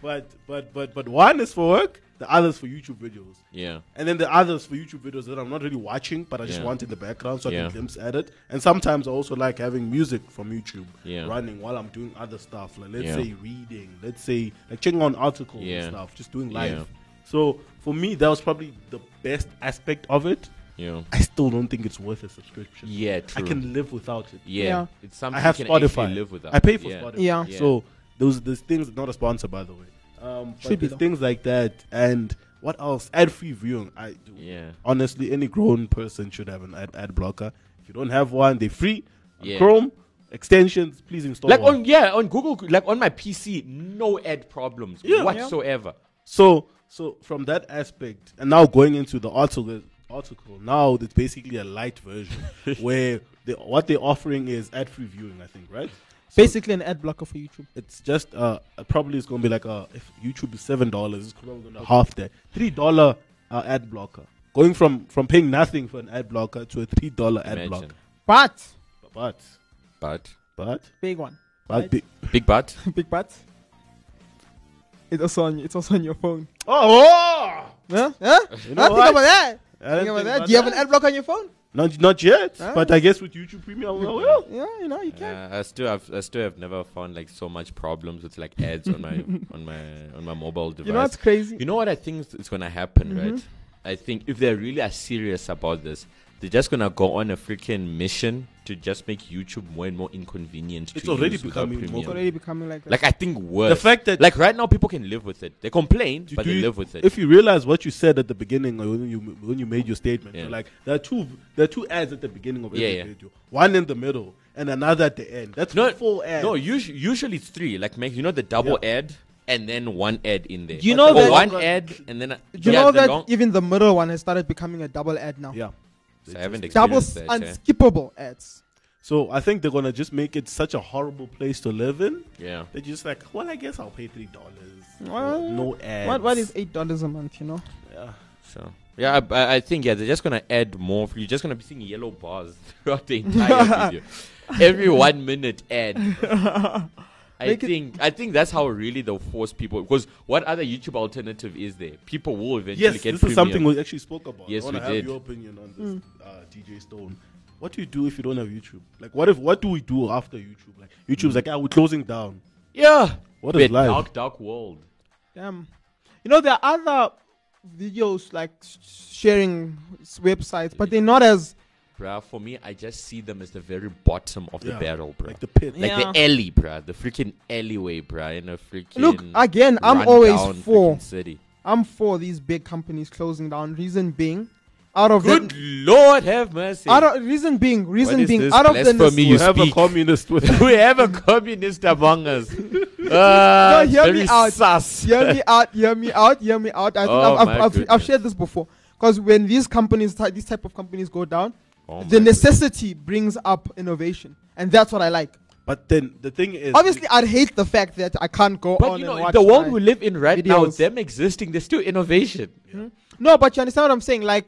Speaker 5: but but but but one is for work. The other's for YouTube videos.
Speaker 4: Yeah.
Speaker 5: And then the others for YouTube videos that I'm not really watching, but I just
Speaker 4: Yeah.
Speaker 5: want in the background so I
Speaker 4: Yeah.
Speaker 5: can glimpse at it. And sometimes I also like having music from YouTube
Speaker 4: Yeah.
Speaker 5: running while I'm doing other stuff. Like let's
Speaker 4: Yeah.
Speaker 5: say reading, let's say like checking on articles
Speaker 4: Yeah.
Speaker 5: and stuff, just doing live.
Speaker 4: Yeah.
Speaker 5: So for me, that was probably the best aspect of it.
Speaker 4: Yeah.
Speaker 5: I still don't think it's worth a subscription.
Speaker 4: Yeah,
Speaker 5: I
Speaker 4: true.
Speaker 5: can live without it.
Speaker 4: Yeah.
Speaker 3: Yeah.
Speaker 4: It's something
Speaker 5: I have
Speaker 4: you can actually
Speaker 5: Spotify.
Speaker 4: live without.
Speaker 5: I pay for
Speaker 4: yeah.
Speaker 5: Spotify.
Speaker 3: Yeah.
Speaker 4: Yeah.
Speaker 5: So those those things not a sponsor by the way. Um, but
Speaker 3: Should be,
Speaker 5: there's
Speaker 3: though.
Speaker 5: things like that and what else? Ad free viewing. I do.
Speaker 4: Yeah.
Speaker 5: Honestly, any grown person should have an ad, ad blocker. If you don't have one, they're free. On
Speaker 4: Yeah.
Speaker 5: Chrome extensions, please install.
Speaker 4: Like
Speaker 5: one.
Speaker 4: on yeah, on Google like on my PC, no ad problems
Speaker 5: Yeah.
Speaker 4: whatsoever.
Speaker 5: So so from that aspect, and now going into the article article, now it's basically a light version where they, what they're offering is ad free viewing, I think, right? So
Speaker 3: Basically an ad blocker for YouTube.
Speaker 5: it's just uh probably it's gonna be like uh if YouTube is seven dollars, it's probably gonna half that. Three dollar uh, ad blocker. Going from from paying nothing for an ad blocker to a three dollar ad
Speaker 4: Imagine.
Speaker 5: blocker.
Speaker 3: But
Speaker 5: But
Speaker 4: But
Speaker 5: but
Speaker 3: big one.
Speaker 5: but
Speaker 3: Right.
Speaker 5: be-
Speaker 4: big but.
Speaker 3: Big butt. It's also on. It's also on your phone.
Speaker 5: oh, oh!
Speaker 3: Huh? Huh? Huh?
Speaker 5: You know
Speaker 3: think
Speaker 5: what?
Speaker 3: about that.
Speaker 5: I don't
Speaker 3: Think about
Speaker 5: think
Speaker 3: that.
Speaker 5: about
Speaker 3: Do you have an
Speaker 5: that.
Speaker 3: ad block on your phone?
Speaker 5: Not not yet,
Speaker 3: Ah.
Speaker 5: but I guess with YouTube Premium, I will.
Speaker 3: Yeah, you know you can.
Speaker 4: Uh, I still have I still have never found like so much problems with like ads on my on my on my mobile device.
Speaker 3: you know what's crazy?
Speaker 4: Mm-hmm. You know what I think is is gonna happen, right? I think if they really are serious about this, They're just gonna go on a freaking mission to just make YouTube more and more inconvenient.
Speaker 5: It's
Speaker 4: to
Speaker 5: already
Speaker 4: use without
Speaker 5: becoming more
Speaker 4: premium.
Speaker 5: con-
Speaker 3: already becoming like that.
Speaker 4: Like I think worse.
Speaker 5: The fact that-
Speaker 4: like right now people can live with it. They complain, but
Speaker 5: Do
Speaker 4: they
Speaker 5: you-
Speaker 4: live with it.
Speaker 5: If you realize what you said at the beginning, or when you when you made your statement,
Speaker 4: Yeah.
Speaker 5: so like there are two there are two ads at the beginning of every
Speaker 4: Yeah, yeah.
Speaker 5: video, one in the middle and another at the end. That's
Speaker 4: no,
Speaker 5: full ads.
Speaker 4: No, usually, usually it's three. Like make you know the double ad and then one ad in there.
Speaker 3: You know
Speaker 4: or
Speaker 3: that-
Speaker 4: one ad and then a-
Speaker 3: you
Speaker 4: yeah,
Speaker 3: know
Speaker 4: the
Speaker 3: that
Speaker 4: long-
Speaker 3: even the middle one has started becoming a double ad now.
Speaker 5: yeah.
Speaker 4: I haven't
Speaker 3: Double
Speaker 4: experienced
Speaker 3: s-
Speaker 4: that. eh?
Speaker 3: unskippable ads.
Speaker 5: So I think they're gonna just make it such a horrible place to live in.
Speaker 4: Yeah.
Speaker 5: They're just like, well, I guess I'll pay three dollars.
Speaker 3: Well,
Speaker 5: No ads.
Speaker 3: What what is eight dollars a month? You know,
Speaker 4: So yeah, I- I, I think yeah, they're just gonna add more. You're just gonna be seeing yellow bars throughout the entire video. Every one minute ad. I
Speaker 3: Make it-
Speaker 4: think I think that's how really they'll force people. Because what other YouTube alternative is there? People will eventually
Speaker 5: Yes, this
Speaker 4: get
Speaker 5: is
Speaker 4: premium.
Speaker 5: something we actually spoke about.
Speaker 4: Yes,
Speaker 5: I wanna
Speaker 4: we
Speaker 5: have
Speaker 4: did.
Speaker 5: your opinion on this,
Speaker 3: Hmm.
Speaker 5: uh, DJ Stone. What do you do if you don't have YouTube? Like, what if what do we do after YouTube? Like,
Speaker 4: Hmm.
Speaker 5: YouTube's like, ah, we're closing down.
Speaker 4: Yeah.
Speaker 5: What is
Speaker 4: Bit
Speaker 5: life?
Speaker 4: Dark dark world.
Speaker 3: damn. You know there are other videos like s- sharing s- websites, but they're not as
Speaker 4: Bruh, for me, I just see them as the very bottom of the
Speaker 5: Yeah,
Speaker 4: barrel, bruh.
Speaker 5: Like the pit.
Speaker 4: Like
Speaker 3: Yeah.
Speaker 4: the alley, bruh. The freaking alleyway, bruh. In a freaking
Speaker 3: Look, again, I'm always
Speaker 4: rundown
Speaker 3: for-
Speaker 4: freaking city.
Speaker 3: I'm for these big companies closing down. Reason being, out of
Speaker 4: Good
Speaker 3: that,
Speaker 4: Lord, have mercy.
Speaker 3: out of, reason being, reason
Speaker 4: is
Speaker 3: being,
Speaker 4: this
Speaker 3: out of the
Speaker 4: blasphemy
Speaker 5: we
Speaker 4: you
Speaker 3: nes-
Speaker 5: have
Speaker 4: speak.
Speaker 5: a communist with.
Speaker 4: we have a communist among us. Uh,
Speaker 3: No, hear
Speaker 4: very
Speaker 3: me out.
Speaker 4: sus.
Speaker 3: hear me out, hear me out, hear me out. I think
Speaker 4: Oh
Speaker 3: I've,
Speaker 4: my
Speaker 3: I've, I've, I've
Speaker 4: goodness.
Speaker 3: shared this before because when these companies, ty- these type of companies go down,
Speaker 4: Oh
Speaker 3: the
Speaker 4: my
Speaker 3: necessity brings up innovation, and that's what I like.
Speaker 5: But then the thing is,
Speaker 3: Obviously, I'd hate the fact that I can't go
Speaker 4: But
Speaker 3: on
Speaker 4: you
Speaker 3: and
Speaker 4: know,
Speaker 3: watch
Speaker 4: the world
Speaker 3: my-
Speaker 4: we live in right now,
Speaker 3: videos.
Speaker 4: them existing, there's still innovation.
Speaker 3: No, but you understand what I'm saying? Like,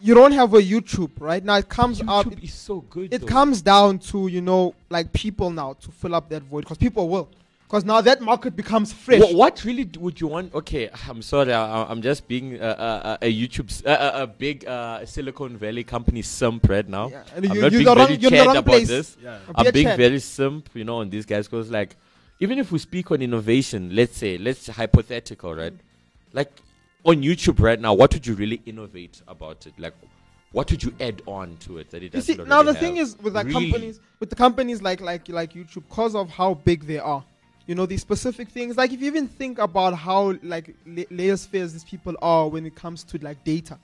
Speaker 3: you don't have a YouTube right now. It comes up.
Speaker 4: YouTube is so good.
Speaker 3: it
Speaker 4: though.
Speaker 3: comes down to you know like people now to fill up that void because people will because now that market becomes fresh
Speaker 4: Wha- what really d- would you want? Okay, I'm sorry, I, I- I'm just being uh, uh, uh, a YouTube, s- uh, uh, a big uh, Silicon Valley company simp right now.
Speaker 3: Yeah,
Speaker 4: I'm
Speaker 3: and you-
Speaker 4: not
Speaker 3: you're
Speaker 4: being
Speaker 3: the wrong-
Speaker 4: very
Speaker 3: you're in the
Speaker 4: chat
Speaker 3: wrong
Speaker 4: about
Speaker 3: place.
Speaker 4: this.
Speaker 5: Yeah.
Speaker 3: Be a
Speaker 4: I'm being
Speaker 3: chat.
Speaker 4: very simp, you know, on these guys because like, even if we speak on innovation, let's say, let's hypothetical, right? Like on YouTube right now, what would you really innovate about it? Like, what would you add on to it that it
Speaker 3: you
Speaker 4: doesn't
Speaker 3: see now the
Speaker 4: already
Speaker 3: thing
Speaker 4: have?
Speaker 3: is with like
Speaker 4: Really.
Speaker 3: companies with the companies like like like youtube because of how big they are you know these specific things like if you even think about how like la- layer spheres these people are when it comes to like data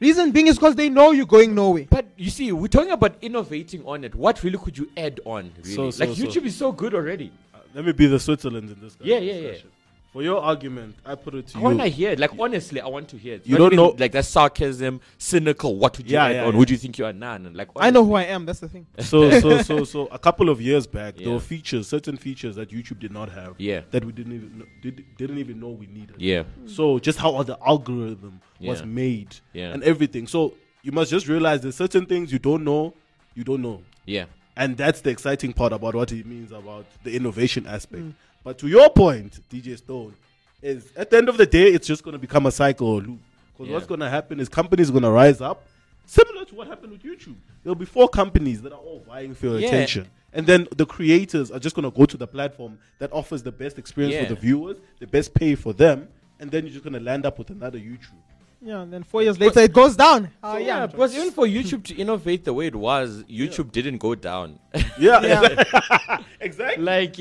Speaker 3: reason being is because they know you're going nowhere
Speaker 4: But you see, we're talking about innovating on it. What really could you add on? Really?
Speaker 5: So- so-
Speaker 4: like
Speaker 5: so.
Speaker 4: YouTube is so good already.
Speaker 5: uh, let me be the Switzerland in this. kind
Speaker 4: Yeah,
Speaker 5: of
Speaker 4: yeah, yeah.
Speaker 5: discussion. For your argument, I put it
Speaker 4: I
Speaker 5: to you.
Speaker 4: want to hear it. Like honestly, I want to hear it.
Speaker 5: You
Speaker 4: Not
Speaker 5: don't
Speaker 4: even,
Speaker 5: know-
Speaker 4: like that sarcasm, cynical. What would you
Speaker 5: Yeah,
Speaker 4: add
Speaker 5: yeah,
Speaker 4: on?
Speaker 5: yeah.
Speaker 4: Would you think you are none? Like
Speaker 3: i know who i am that's the thing
Speaker 5: So, so, so, so, a couple of years back, there
Speaker 4: Yeah.
Speaker 5: were features, certain features that YouTube did not have.
Speaker 4: Yeah.
Speaker 5: That we didn't even know, did, didn't even know we needed.
Speaker 4: Yeah.
Speaker 5: So just how the algorithm was
Speaker 4: Yeah.
Speaker 5: made.
Speaker 4: Yeah.
Speaker 5: And everything. So you must just realize there's certain things you don't know, you don't know,
Speaker 4: Yeah.
Speaker 5: and that's the exciting part about what it means about the innovation aspect. But to your point, DJ Stone, is at the end of the day, it's just going to become a cycle or loop. Because
Speaker 4: Yeah.
Speaker 5: what's going to happen is companies are going to rise up, similar to what happened with YouTube. There'll be four companies that are all vying for your
Speaker 4: Yeah.
Speaker 5: attention. And then the creators are just going to go to the platform that offers the best experience
Speaker 4: Yeah.
Speaker 5: for the viewers, the best pay for them, and then you're just going to land up with another YouTube.
Speaker 3: yeah and then four years later it goes down Ah,
Speaker 4: yeah,
Speaker 3: yeah
Speaker 4: because even for YouTube to innovate the way it was, YouTube didn't go down.
Speaker 5: Yeah,
Speaker 3: Yeah.
Speaker 5: exactly.
Speaker 4: like,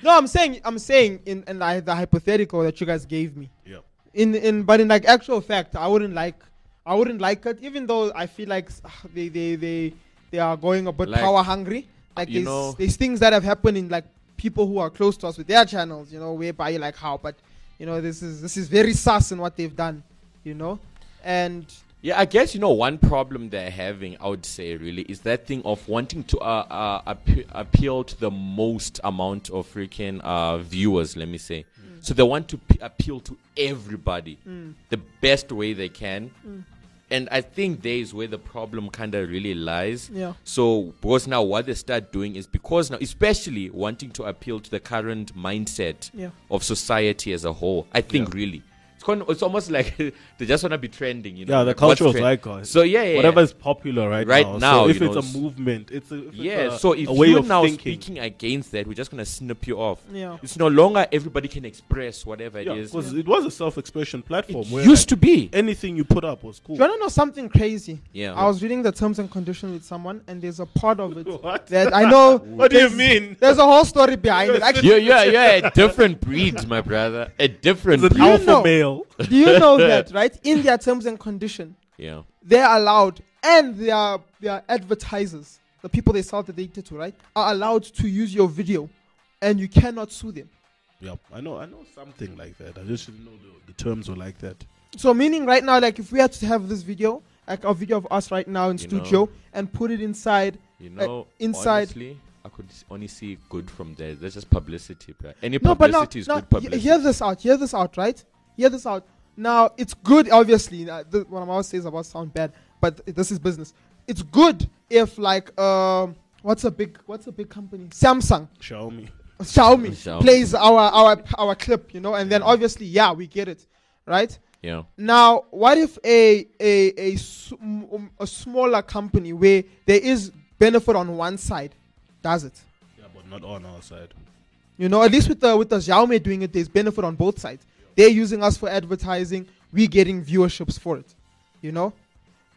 Speaker 3: no i'm saying i'm saying in, in like the hypothetical that you guys gave me
Speaker 5: Yeah.
Speaker 3: in in but in like actual fact i wouldn't like i wouldn't like it even though i feel like s- ah, they they they, they are going a bit
Speaker 4: Like,
Speaker 3: power hungry like
Speaker 4: you
Speaker 3: there's,
Speaker 4: know-
Speaker 3: there's things that have happened in like people who are close to us with their channels you know whereby you're like how but you know this is this is very sus in what they've done you know and
Speaker 4: yeah, I guess you know one problem they're having, I would say, really, is that thing of wanting to uh, uh, appe- appeal to the most amount of freaking uh, viewers. Let me say,
Speaker 3: Mm.
Speaker 4: so they want to p- appeal to everybody the best way they can.
Speaker 3: Mm.
Speaker 4: And I think there is where the problem kind of really lies.
Speaker 3: Yeah.
Speaker 4: So, because now what they start doing is because now, especially wanting to appeal to the current mindset
Speaker 3: Yeah.
Speaker 4: of society as a whole, I think really. It's con- it's almost like they just want to be trending, you know.
Speaker 5: Yeah, the
Speaker 4: like, what's
Speaker 5: cultural
Speaker 4: trend-
Speaker 5: zeitgeist.
Speaker 4: So yeah, yeah, yeah.
Speaker 5: Whatever's popular right,
Speaker 4: Right now,
Speaker 5: So if
Speaker 4: you
Speaker 5: it's
Speaker 4: know,
Speaker 5: a movement, it's a, if it's
Speaker 4: Yeah,
Speaker 5: a-
Speaker 4: so if
Speaker 5: a way
Speaker 4: you're
Speaker 5: of
Speaker 4: now
Speaker 5: thinking.
Speaker 4: speaking against that, we're just gonna snip you off.
Speaker 3: Yeah.
Speaker 4: It's no longer everybody can express whatever it
Speaker 5: Yeah,
Speaker 4: is.
Speaker 5: 'cause it was a self-expression platform.
Speaker 4: It
Speaker 5: where
Speaker 4: used
Speaker 5: like,
Speaker 4: to be.
Speaker 5: anything you put up was cool.
Speaker 3: Do you want to know something crazy?
Speaker 4: Yeah.
Speaker 3: I was reading the terms and conditions with someone, and there's a part of it
Speaker 5: What?
Speaker 3: that I know.
Speaker 5: What do you
Speaker 3: there's-
Speaker 5: mean?
Speaker 3: There's a whole story behind it. Actually,
Speaker 4: You're, you're, you're a different breed, my brother. A different
Speaker 5: It's an
Speaker 4: breed.
Speaker 3: you
Speaker 5: alpha
Speaker 3: know-
Speaker 5: male.
Speaker 3: do you know that, right? In their terms and condition,
Speaker 4: Yeah.
Speaker 3: they're allowed, and their their advertisers, the people they sell the data to, right, are allowed to use your video, and you cannot sue them.
Speaker 5: Yep, I know. I know something like that. I just didn't know the, the terms were like that.
Speaker 3: So meaning right now, like if we had to have this video, like a video of us right now in
Speaker 4: You
Speaker 3: studio,
Speaker 4: know.
Speaker 3: and put it inside,
Speaker 4: You
Speaker 3: uh,
Speaker 4: know,
Speaker 3: inside.
Speaker 4: Honestly, I could s- only see good from there. That's just publicity, bro. Any
Speaker 3: No, but
Speaker 4: publicity
Speaker 3: now,
Speaker 4: is
Speaker 3: now
Speaker 4: good
Speaker 3: he-
Speaker 4: publicity.
Speaker 3: hear this out. Hear this out, right? Hear this out. Now it's good, obviously. Uh, th- what I'm always saying is about sound bad, but th- this is business. It's good if like um, what's a big what's a big company? Samsung,
Speaker 5: Xiaomi.
Speaker 3: Xiaomi,
Speaker 4: Xiaomi.
Speaker 3: plays our our our clip, you know, and then obviously, yeah, we get it, right?
Speaker 4: yeah.
Speaker 3: Now, what if a a a, sm- um, a smaller company where there is benefit on one side does it?
Speaker 5: Yeah, but not on our side.
Speaker 3: You know, at least with the with the Xiaomi doing it, there's benefit on both sides. They're using us for advertising, we getting viewerships for it. You know,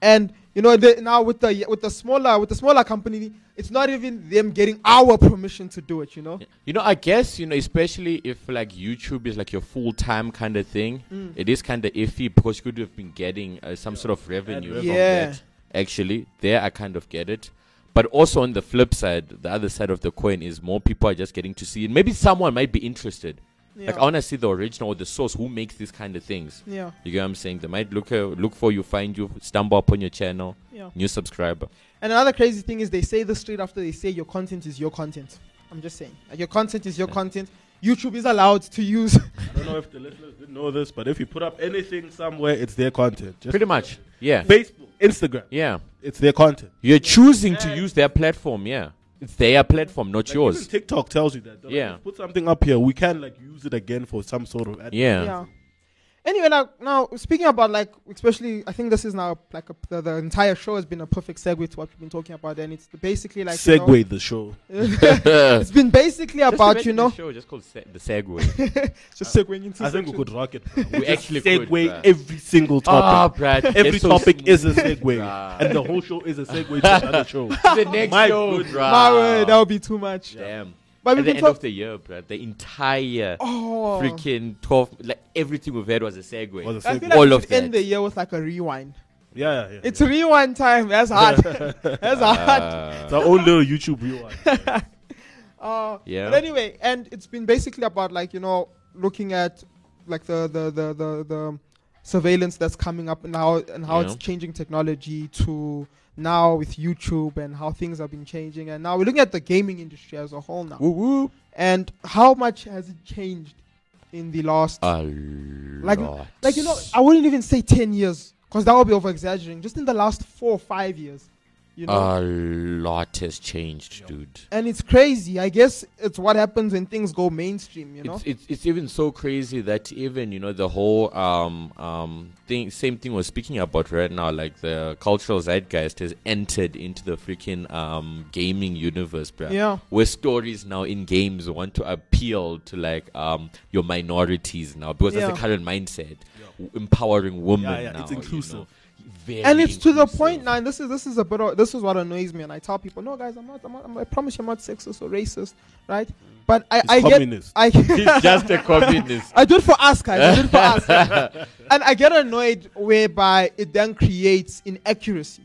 Speaker 3: and you know the, now with the with the smaller with the smaller company, it's not even them getting our permission to do it. You know,
Speaker 4: You know, I guess, you know, especially if like YouTube is like your full time kind of thing,
Speaker 3: Mm.
Speaker 4: it is kind of iffy because you could have been getting uh, some sort of revenue from
Speaker 5: revenue.
Speaker 3: Yeah.
Speaker 4: that. Actually, there I kind of get it. But also on the flip side, the other side of the coin is more people are just getting to see it. Maybe someone might be interested. Like,
Speaker 3: Yeah.
Speaker 4: I want to see the original or the source who makes these kind of things.
Speaker 3: yeah.
Speaker 4: You get what I'm saying? They might look uh, look for you, find you, stumble upon your channel,
Speaker 3: Yeah.
Speaker 4: new subscriber.
Speaker 3: And another crazy thing is they say this straight after they say your content is your content. I'm just saying, like your content is your content. YouTube is allowed to use.
Speaker 5: I don't know if the listeners didn't know this, but if you put up anything somewhere, it's their content. Just
Speaker 4: Pretty much, yeah,
Speaker 5: Facebook, Instagram,
Speaker 4: yeah.
Speaker 5: it's their content.
Speaker 4: You're choosing to use their platform, yeah. It's their platform, not
Speaker 5: Even
Speaker 4: yours.
Speaker 5: TikTok tells you that. They're like,
Speaker 4: Yeah.
Speaker 5: "If you put something up here. We can like use it again for some sort of ad.
Speaker 4: Yeah.
Speaker 3: yeah. Anyway, now, now speaking about like, especially, I think this is now like a, the, the entire show has been a perfect segue to what we've been talking about, and it's basically like you know,
Speaker 5: Segway the show.
Speaker 3: it's been basically about you know
Speaker 4: show just called the Segway.
Speaker 3: just segueing into.
Speaker 5: I think we
Speaker 3: section.
Speaker 5: could rock it. bro.
Speaker 4: We actually could,
Speaker 5: segue
Speaker 4: bruh.
Speaker 5: every single
Speaker 3: Ah,
Speaker 5: topic.
Speaker 4: Brad,
Speaker 5: every
Speaker 4: that's so
Speaker 5: topic is a
Speaker 4: smooth,
Speaker 5: segue,
Speaker 4: bruh.
Speaker 5: and the whole show is a segue to another show.
Speaker 4: the next
Speaker 5: My
Speaker 4: show,
Speaker 5: good-
Speaker 4: bruh.
Speaker 3: My word, that would be too much.
Speaker 4: Damn.
Speaker 3: But we
Speaker 4: Ah. At the
Speaker 3: can
Speaker 4: end
Speaker 3: talk-
Speaker 4: of the year, Brad, the entire
Speaker 3: Oh,
Speaker 4: freaking twelve, like everything we've had was a segue.
Speaker 5: Was a
Speaker 3: I
Speaker 5: segue.
Speaker 3: feel like
Speaker 4: All
Speaker 3: we
Speaker 4: of
Speaker 3: should end
Speaker 4: that.
Speaker 3: the year with like a rewind.
Speaker 5: yeah, yeah, yeah.
Speaker 3: It's rewind time. That's hard. That's hard.
Speaker 4: Ah.
Speaker 5: It's our own little YouTube rewind.
Speaker 4: yeah.
Speaker 3: But anyway, and it's been basically about like you know looking at like the the the the, the surveillance that's coming up and how and how it's
Speaker 4: Yeah.
Speaker 3: changing technology to now with YouTube and how things have been changing and now we're looking at the gaming industry as a whole now
Speaker 4: woo.
Speaker 3: and how much has it changed in the last
Speaker 4: A
Speaker 3: like
Speaker 4: lot.
Speaker 3: like you know I wouldn't even say ten years because that would be over exaggerating just in the last four or five years you know
Speaker 4: A lot has changed, dude.
Speaker 3: and it's crazy I guess it's what happens when things go mainstream you know
Speaker 4: It's, it's it's even so crazy that even you know the whole um um thing same thing we're speaking about right now like the cultural zeitgeist has entered into the freaking um gaming universe, bro.
Speaker 3: Yeah.
Speaker 4: where stories now in games want to appeal to like um your minorities now because that's
Speaker 3: Yeah.
Speaker 4: the current mindset, W- empowering women
Speaker 5: Yeah, yeah,
Speaker 4: now.
Speaker 5: it's
Speaker 4: you know.
Speaker 5: inclusive.
Speaker 4: Very
Speaker 3: and it's to the point
Speaker 4: inclusive.
Speaker 3: now. And this is this is a bit. Of, this is what annoys me, and I tell people, no, guys, I'm not. I'm not I'm, I promise you, I'm not sexist or racist, right? But I,
Speaker 5: He's
Speaker 3: I get,
Speaker 5: communist.
Speaker 3: I,
Speaker 4: He's just a communist.
Speaker 3: I do it for us, guys. I do it for us, and I get annoyed whereby it then creates inaccuracy.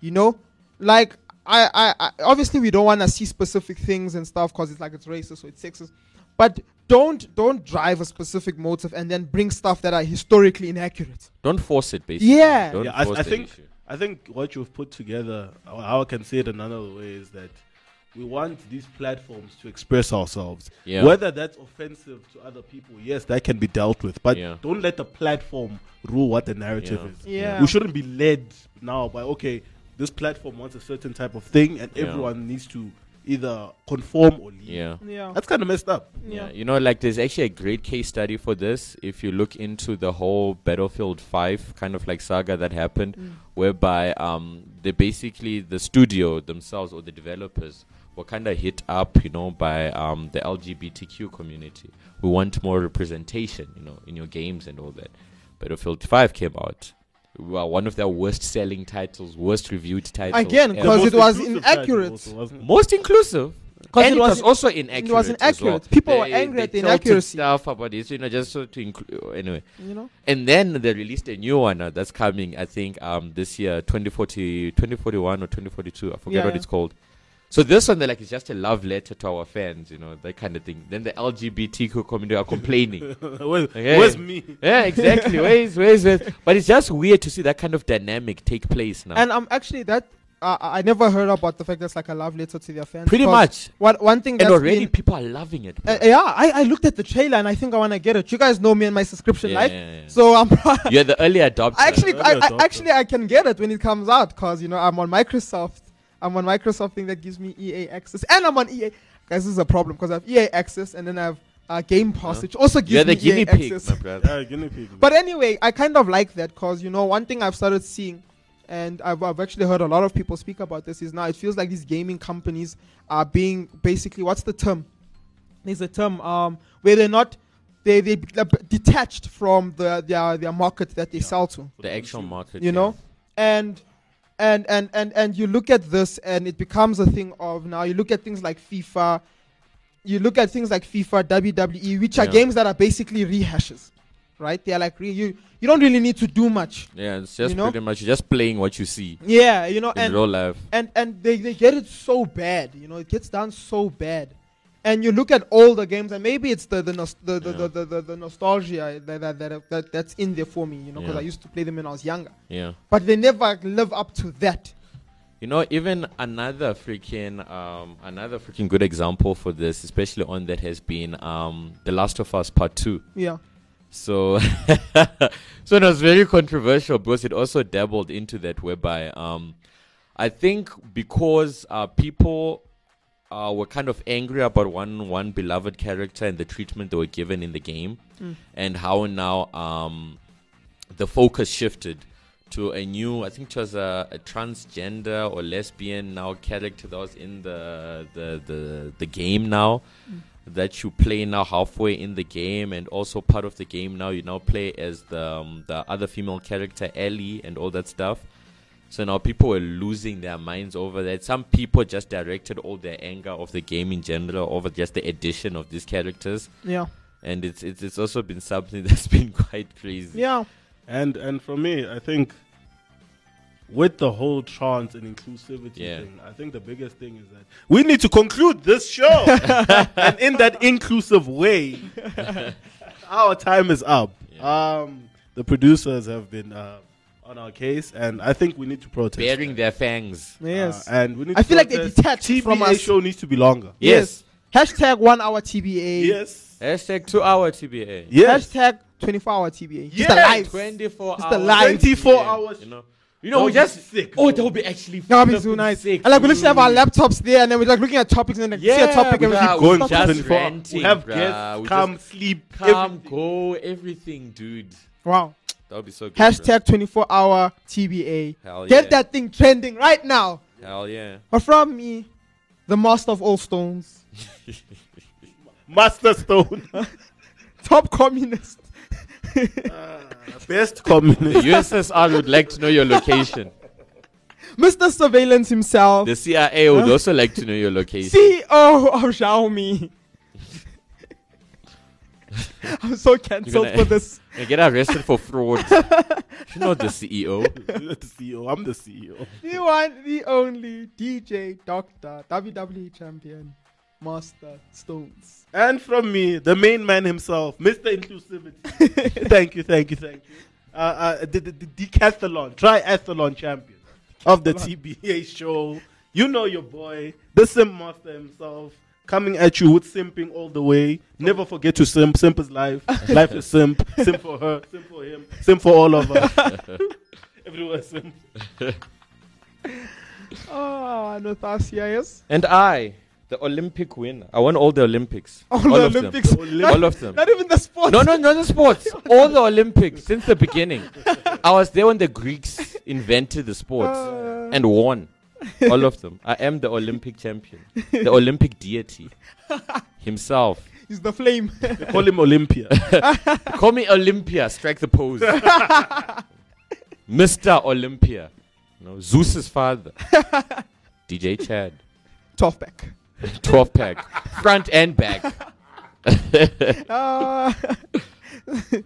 Speaker 3: You know, like I, I, I obviously we don't want to see specific things and stuff because it's like it's racist or it's sexist, but. Don't don't drive a specific motive and then bring stuff that are historically inaccurate.
Speaker 4: Don't force it, basically.
Speaker 3: Yeah.
Speaker 4: Don't
Speaker 5: yeah, I,
Speaker 4: force
Speaker 5: I
Speaker 4: the
Speaker 5: think
Speaker 4: issue.
Speaker 5: I think what you've put together, or how I can say it another way, is that we want these platforms to express ourselves.
Speaker 4: Yeah.
Speaker 5: Whether that's offensive to other people, yes, that can be dealt with. But
Speaker 4: Yeah.
Speaker 5: don't let the platform rule what the narrative
Speaker 4: Yeah.
Speaker 5: is.
Speaker 3: Yeah.
Speaker 5: we shouldn't be led now by okay, this platform wants a certain type of thing, and
Speaker 4: Yeah.
Speaker 5: everyone needs to either conform or leave.
Speaker 4: Yeah.
Speaker 3: Yeah.
Speaker 5: That's kind of messed up.
Speaker 4: Yeah, you know, like there's actually a great case study for this. If you look into the whole Battlefield Five kind of like saga that happened, whereby um, they basically the studio themselves or the developers were kind of hit up, you know, by um, the LGBTQ community. We want more representation, you know, in your games and all that. Battlefield Five came out. Well, one of their worst-selling titles, worst-reviewed titles.
Speaker 3: Again,
Speaker 4: ever.
Speaker 5: The
Speaker 3: Because
Speaker 5: most
Speaker 3: it was
Speaker 5: inclusive title
Speaker 3: inaccurate.
Speaker 5: also, wasn't it?
Speaker 4: most inclusive.
Speaker 3: 'Cause
Speaker 4: And
Speaker 3: it
Speaker 4: it was,
Speaker 3: was-
Speaker 4: also inaccurate. as
Speaker 3: inaccurate.
Speaker 4: well.
Speaker 3: People
Speaker 4: They-
Speaker 3: were angry
Speaker 4: they
Speaker 3: at the
Speaker 4: tilted
Speaker 3: inaccuracy.
Speaker 4: Stuff about this, you know, just so to include. Anyway,
Speaker 3: You know?
Speaker 4: and then they released a new one uh, that's coming. I think um this year, 2040, 2041 or twenty forty two. I forget
Speaker 3: Yeah,
Speaker 4: what
Speaker 3: yeah.
Speaker 4: it's called. So this one, they're like, it's just a love letter to our fans, you know, that kind of thing. Then the LGBTQ community are complaining.
Speaker 5: Where's,
Speaker 4: Okay.
Speaker 5: where's me?
Speaker 4: yeah, exactly. Where's, where's, where's? But it's just weird to see that kind of dynamic take place now.
Speaker 3: And I'm actually that uh, I I never heard about the fact that's like a love letter to their fans.
Speaker 4: Pretty
Speaker 3: because
Speaker 4: much.
Speaker 3: What one thing
Speaker 4: and
Speaker 3: that's
Speaker 4: already
Speaker 3: been-
Speaker 4: people are loving it. bro.
Speaker 3: Uh, yeah, I, I looked at the trailer and I think I want to get it. You guys know me and my subscription
Speaker 4: Yeah,
Speaker 3: life,
Speaker 4: yeah, yeah.
Speaker 3: so I'm.
Speaker 4: You're the early adopter.
Speaker 3: I actually,
Speaker 5: Early
Speaker 3: I, I
Speaker 5: adopter.
Speaker 3: actually, I can get it when it comes out because you know I'm on Microsoft. I'm on Microsoft thing that gives me EA access, and I'm on EA. Guys, this is a problem because I have EA access and then I have uh, Game Pass, which also gives
Speaker 4: You're the
Speaker 3: me EA
Speaker 4: guinea pig,
Speaker 3: access.
Speaker 4: my brother.
Speaker 5: Yeah, guinea pig.
Speaker 3: But anyway, I kind of like that because you know one thing I've started seeing, and I've, I've actually heard a lot of people speak about this is now it feels like these gaming companies are being basically what's the term? There's a term um, where they're not they they be- detached from the their their market that they sell to
Speaker 4: The actual market.
Speaker 3: you know and and and and and you look at this and it becomes a thing of now you look at things like fifa you look at things like fifa wwe which are
Speaker 4: Yeah.
Speaker 3: games that are basically rehashes right they're like re- you you don't really need to do much
Speaker 4: Yeah, Yeah, it's just
Speaker 3: You know?
Speaker 4: pretty much just playing what you see
Speaker 3: yeah you know
Speaker 4: in
Speaker 3: and
Speaker 4: real life.
Speaker 3: and and they, they get it so bad you know it gets done so bad and you look at all the games and maybe it's the the nos- the, the, the, the, the, the nostalgia that, that, that, that that's in there for me you know because
Speaker 4: Yeah.
Speaker 3: i used to play them when i was younger
Speaker 4: Yeah.
Speaker 3: but they never live up to that
Speaker 4: You know, even another freaking um, another freaking good example for this, especially on that has been um, The Last of Us Part Two.
Speaker 3: yeah
Speaker 4: So, so it was very controversial because it also dabbled into that, whereby um, I think because uh, people uh, were kind of angry about one one beloved character and the treatment they were given in the game, and how now um, the focus shifted to a new, I think it was a, a transgender or lesbian now character that was in the the the, the game now that you play now halfway in the game and also part of the game now you now play as the um, the other female character Ellie and all that stuff. So now people were losing their minds over that. Some people just directed all their anger of the game in general over just the addition of these characters.
Speaker 3: yeah
Speaker 4: And it's it's, it's also been something that's been quite crazy.
Speaker 3: Yeah,
Speaker 5: And and for me, I think with the whole trans and inclusivity
Speaker 4: Yeah.
Speaker 5: thing, I think the biggest thing is that we need to conclude this show, and in that inclusive way, our time is up. Um, the producers have been uh, on our case, and I think we need to protest.
Speaker 4: Bearing their fangs.
Speaker 5: Uh,
Speaker 3: yes.
Speaker 5: and we need.
Speaker 3: I
Speaker 5: to
Speaker 3: feel like they
Speaker 5: protest.
Speaker 3: detached
Speaker 5: TBA
Speaker 3: from us.
Speaker 5: show needs to be longer.
Speaker 4: Yes.
Speaker 3: Hashtag one hour TBA.
Speaker 5: Yes.
Speaker 4: Hashtag two hour TBA.
Speaker 5: Yes.
Speaker 3: Hashtag 24 hour TBA. Just
Speaker 5: Yes.
Speaker 3: the live.
Speaker 4: Twenty four
Speaker 3: the
Speaker 4: hours.
Speaker 3: life.
Speaker 5: 24
Speaker 4: TBA,
Speaker 5: hours.
Speaker 4: You know. You know,
Speaker 5: That
Speaker 4: we
Speaker 5: would be
Speaker 4: just
Speaker 5: sick,
Speaker 4: Oh,
Speaker 5: bro.
Speaker 4: that would be actually.
Speaker 3: That would be so
Speaker 4: flipping
Speaker 3: nice.
Speaker 4: sick.
Speaker 3: And like, we just have our laptops there and then we're like looking at topics and then see a
Speaker 4: Yeah,
Speaker 3: topic and
Speaker 4: we
Speaker 3: we
Speaker 4: are
Speaker 3: keep
Speaker 4: going
Speaker 3: stop,
Speaker 4: just
Speaker 3: stop.
Speaker 4: ranting,
Speaker 5: We have
Speaker 4: bruh.
Speaker 5: guests.
Speaker 4: We
Speaker 5: come,
Speaker 4: just
Speaker 5: sleep.
Speaker 4: come,
Speaker 5: everything.
Speaker 4: go, everything, dude.
Speaker 3: Wow.
Speaker 4: That would be so good. bro.
Speaker 3: Hashtag 24 hour TBA.
Speaker 4: Hell
Speaker 3: Get
Speaker 4: yeah.
Speaker 3: that thing trending right now.
Speaker 4: Hell yeah.
Speaker 3: But from me, the master of all stones,
Speaker 5: Master Stone.
Speaker 3: top communist.
Speaker 5: Best communist.
Speaker 4: USSR would like to know your location.
Speaker 3: Mr. Surveillance himself,
Speaker 4: The CIA would also like to know your location.
Speaker 3: CEO E of Xiaomi. I'm so cancelled
Speaker 4: gonna-
Speaker 3: for this.
Speaker 4: You get arrested for fraud. You're not the E CEO.
Speaker 5: You're the CEO. I'm the E CEO.
Speaker 3: the one, the only DJ Doctor WWE Champion Master Stones.
Speaker 5: And from me, the main man himself, Mr. Inclusivity. thank you, thank you, thank you. Uh, uh, the, the, the decathlon, triathlon champion of the TBA show. You know your boy, the Sim Master himself, coming at you with simping all the way. Never forget to simp. Simp is life. life is simp. Simp for her, simp for him, simp for all of us. Everywhere simp.
Speaker 3: Oh, Nathasia, yes.
Speaker 4: And I, The Olympic winner. I won all the Olympics.
Speaker 3: All the
Speaker 4: of them.
Speaker 3: Olympics. Not-
Speaker 4: All of them.
Speaker 3: Not even the sport.
Speaker 4: No, no, not the sports. All the Olympics since the beginning. I was there when the Greeks invented the sports and won all of them. I am the Olympic champion, the Olympic deity himself.
Speaker 3: It's the flame.
Speaker 5: They call him Olympia.
Speaker 4: Call me Olympia. Strike the pose, Mister Olympia. You know, Zeus's father, DJ Chad,
Speaker 3: Topic.
Speaker 4: twelve pack, front and back.
Speaker 3: Uh,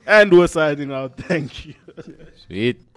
Speaker 5: and we're signing out. Thank you.
Speaker 4: Sweet.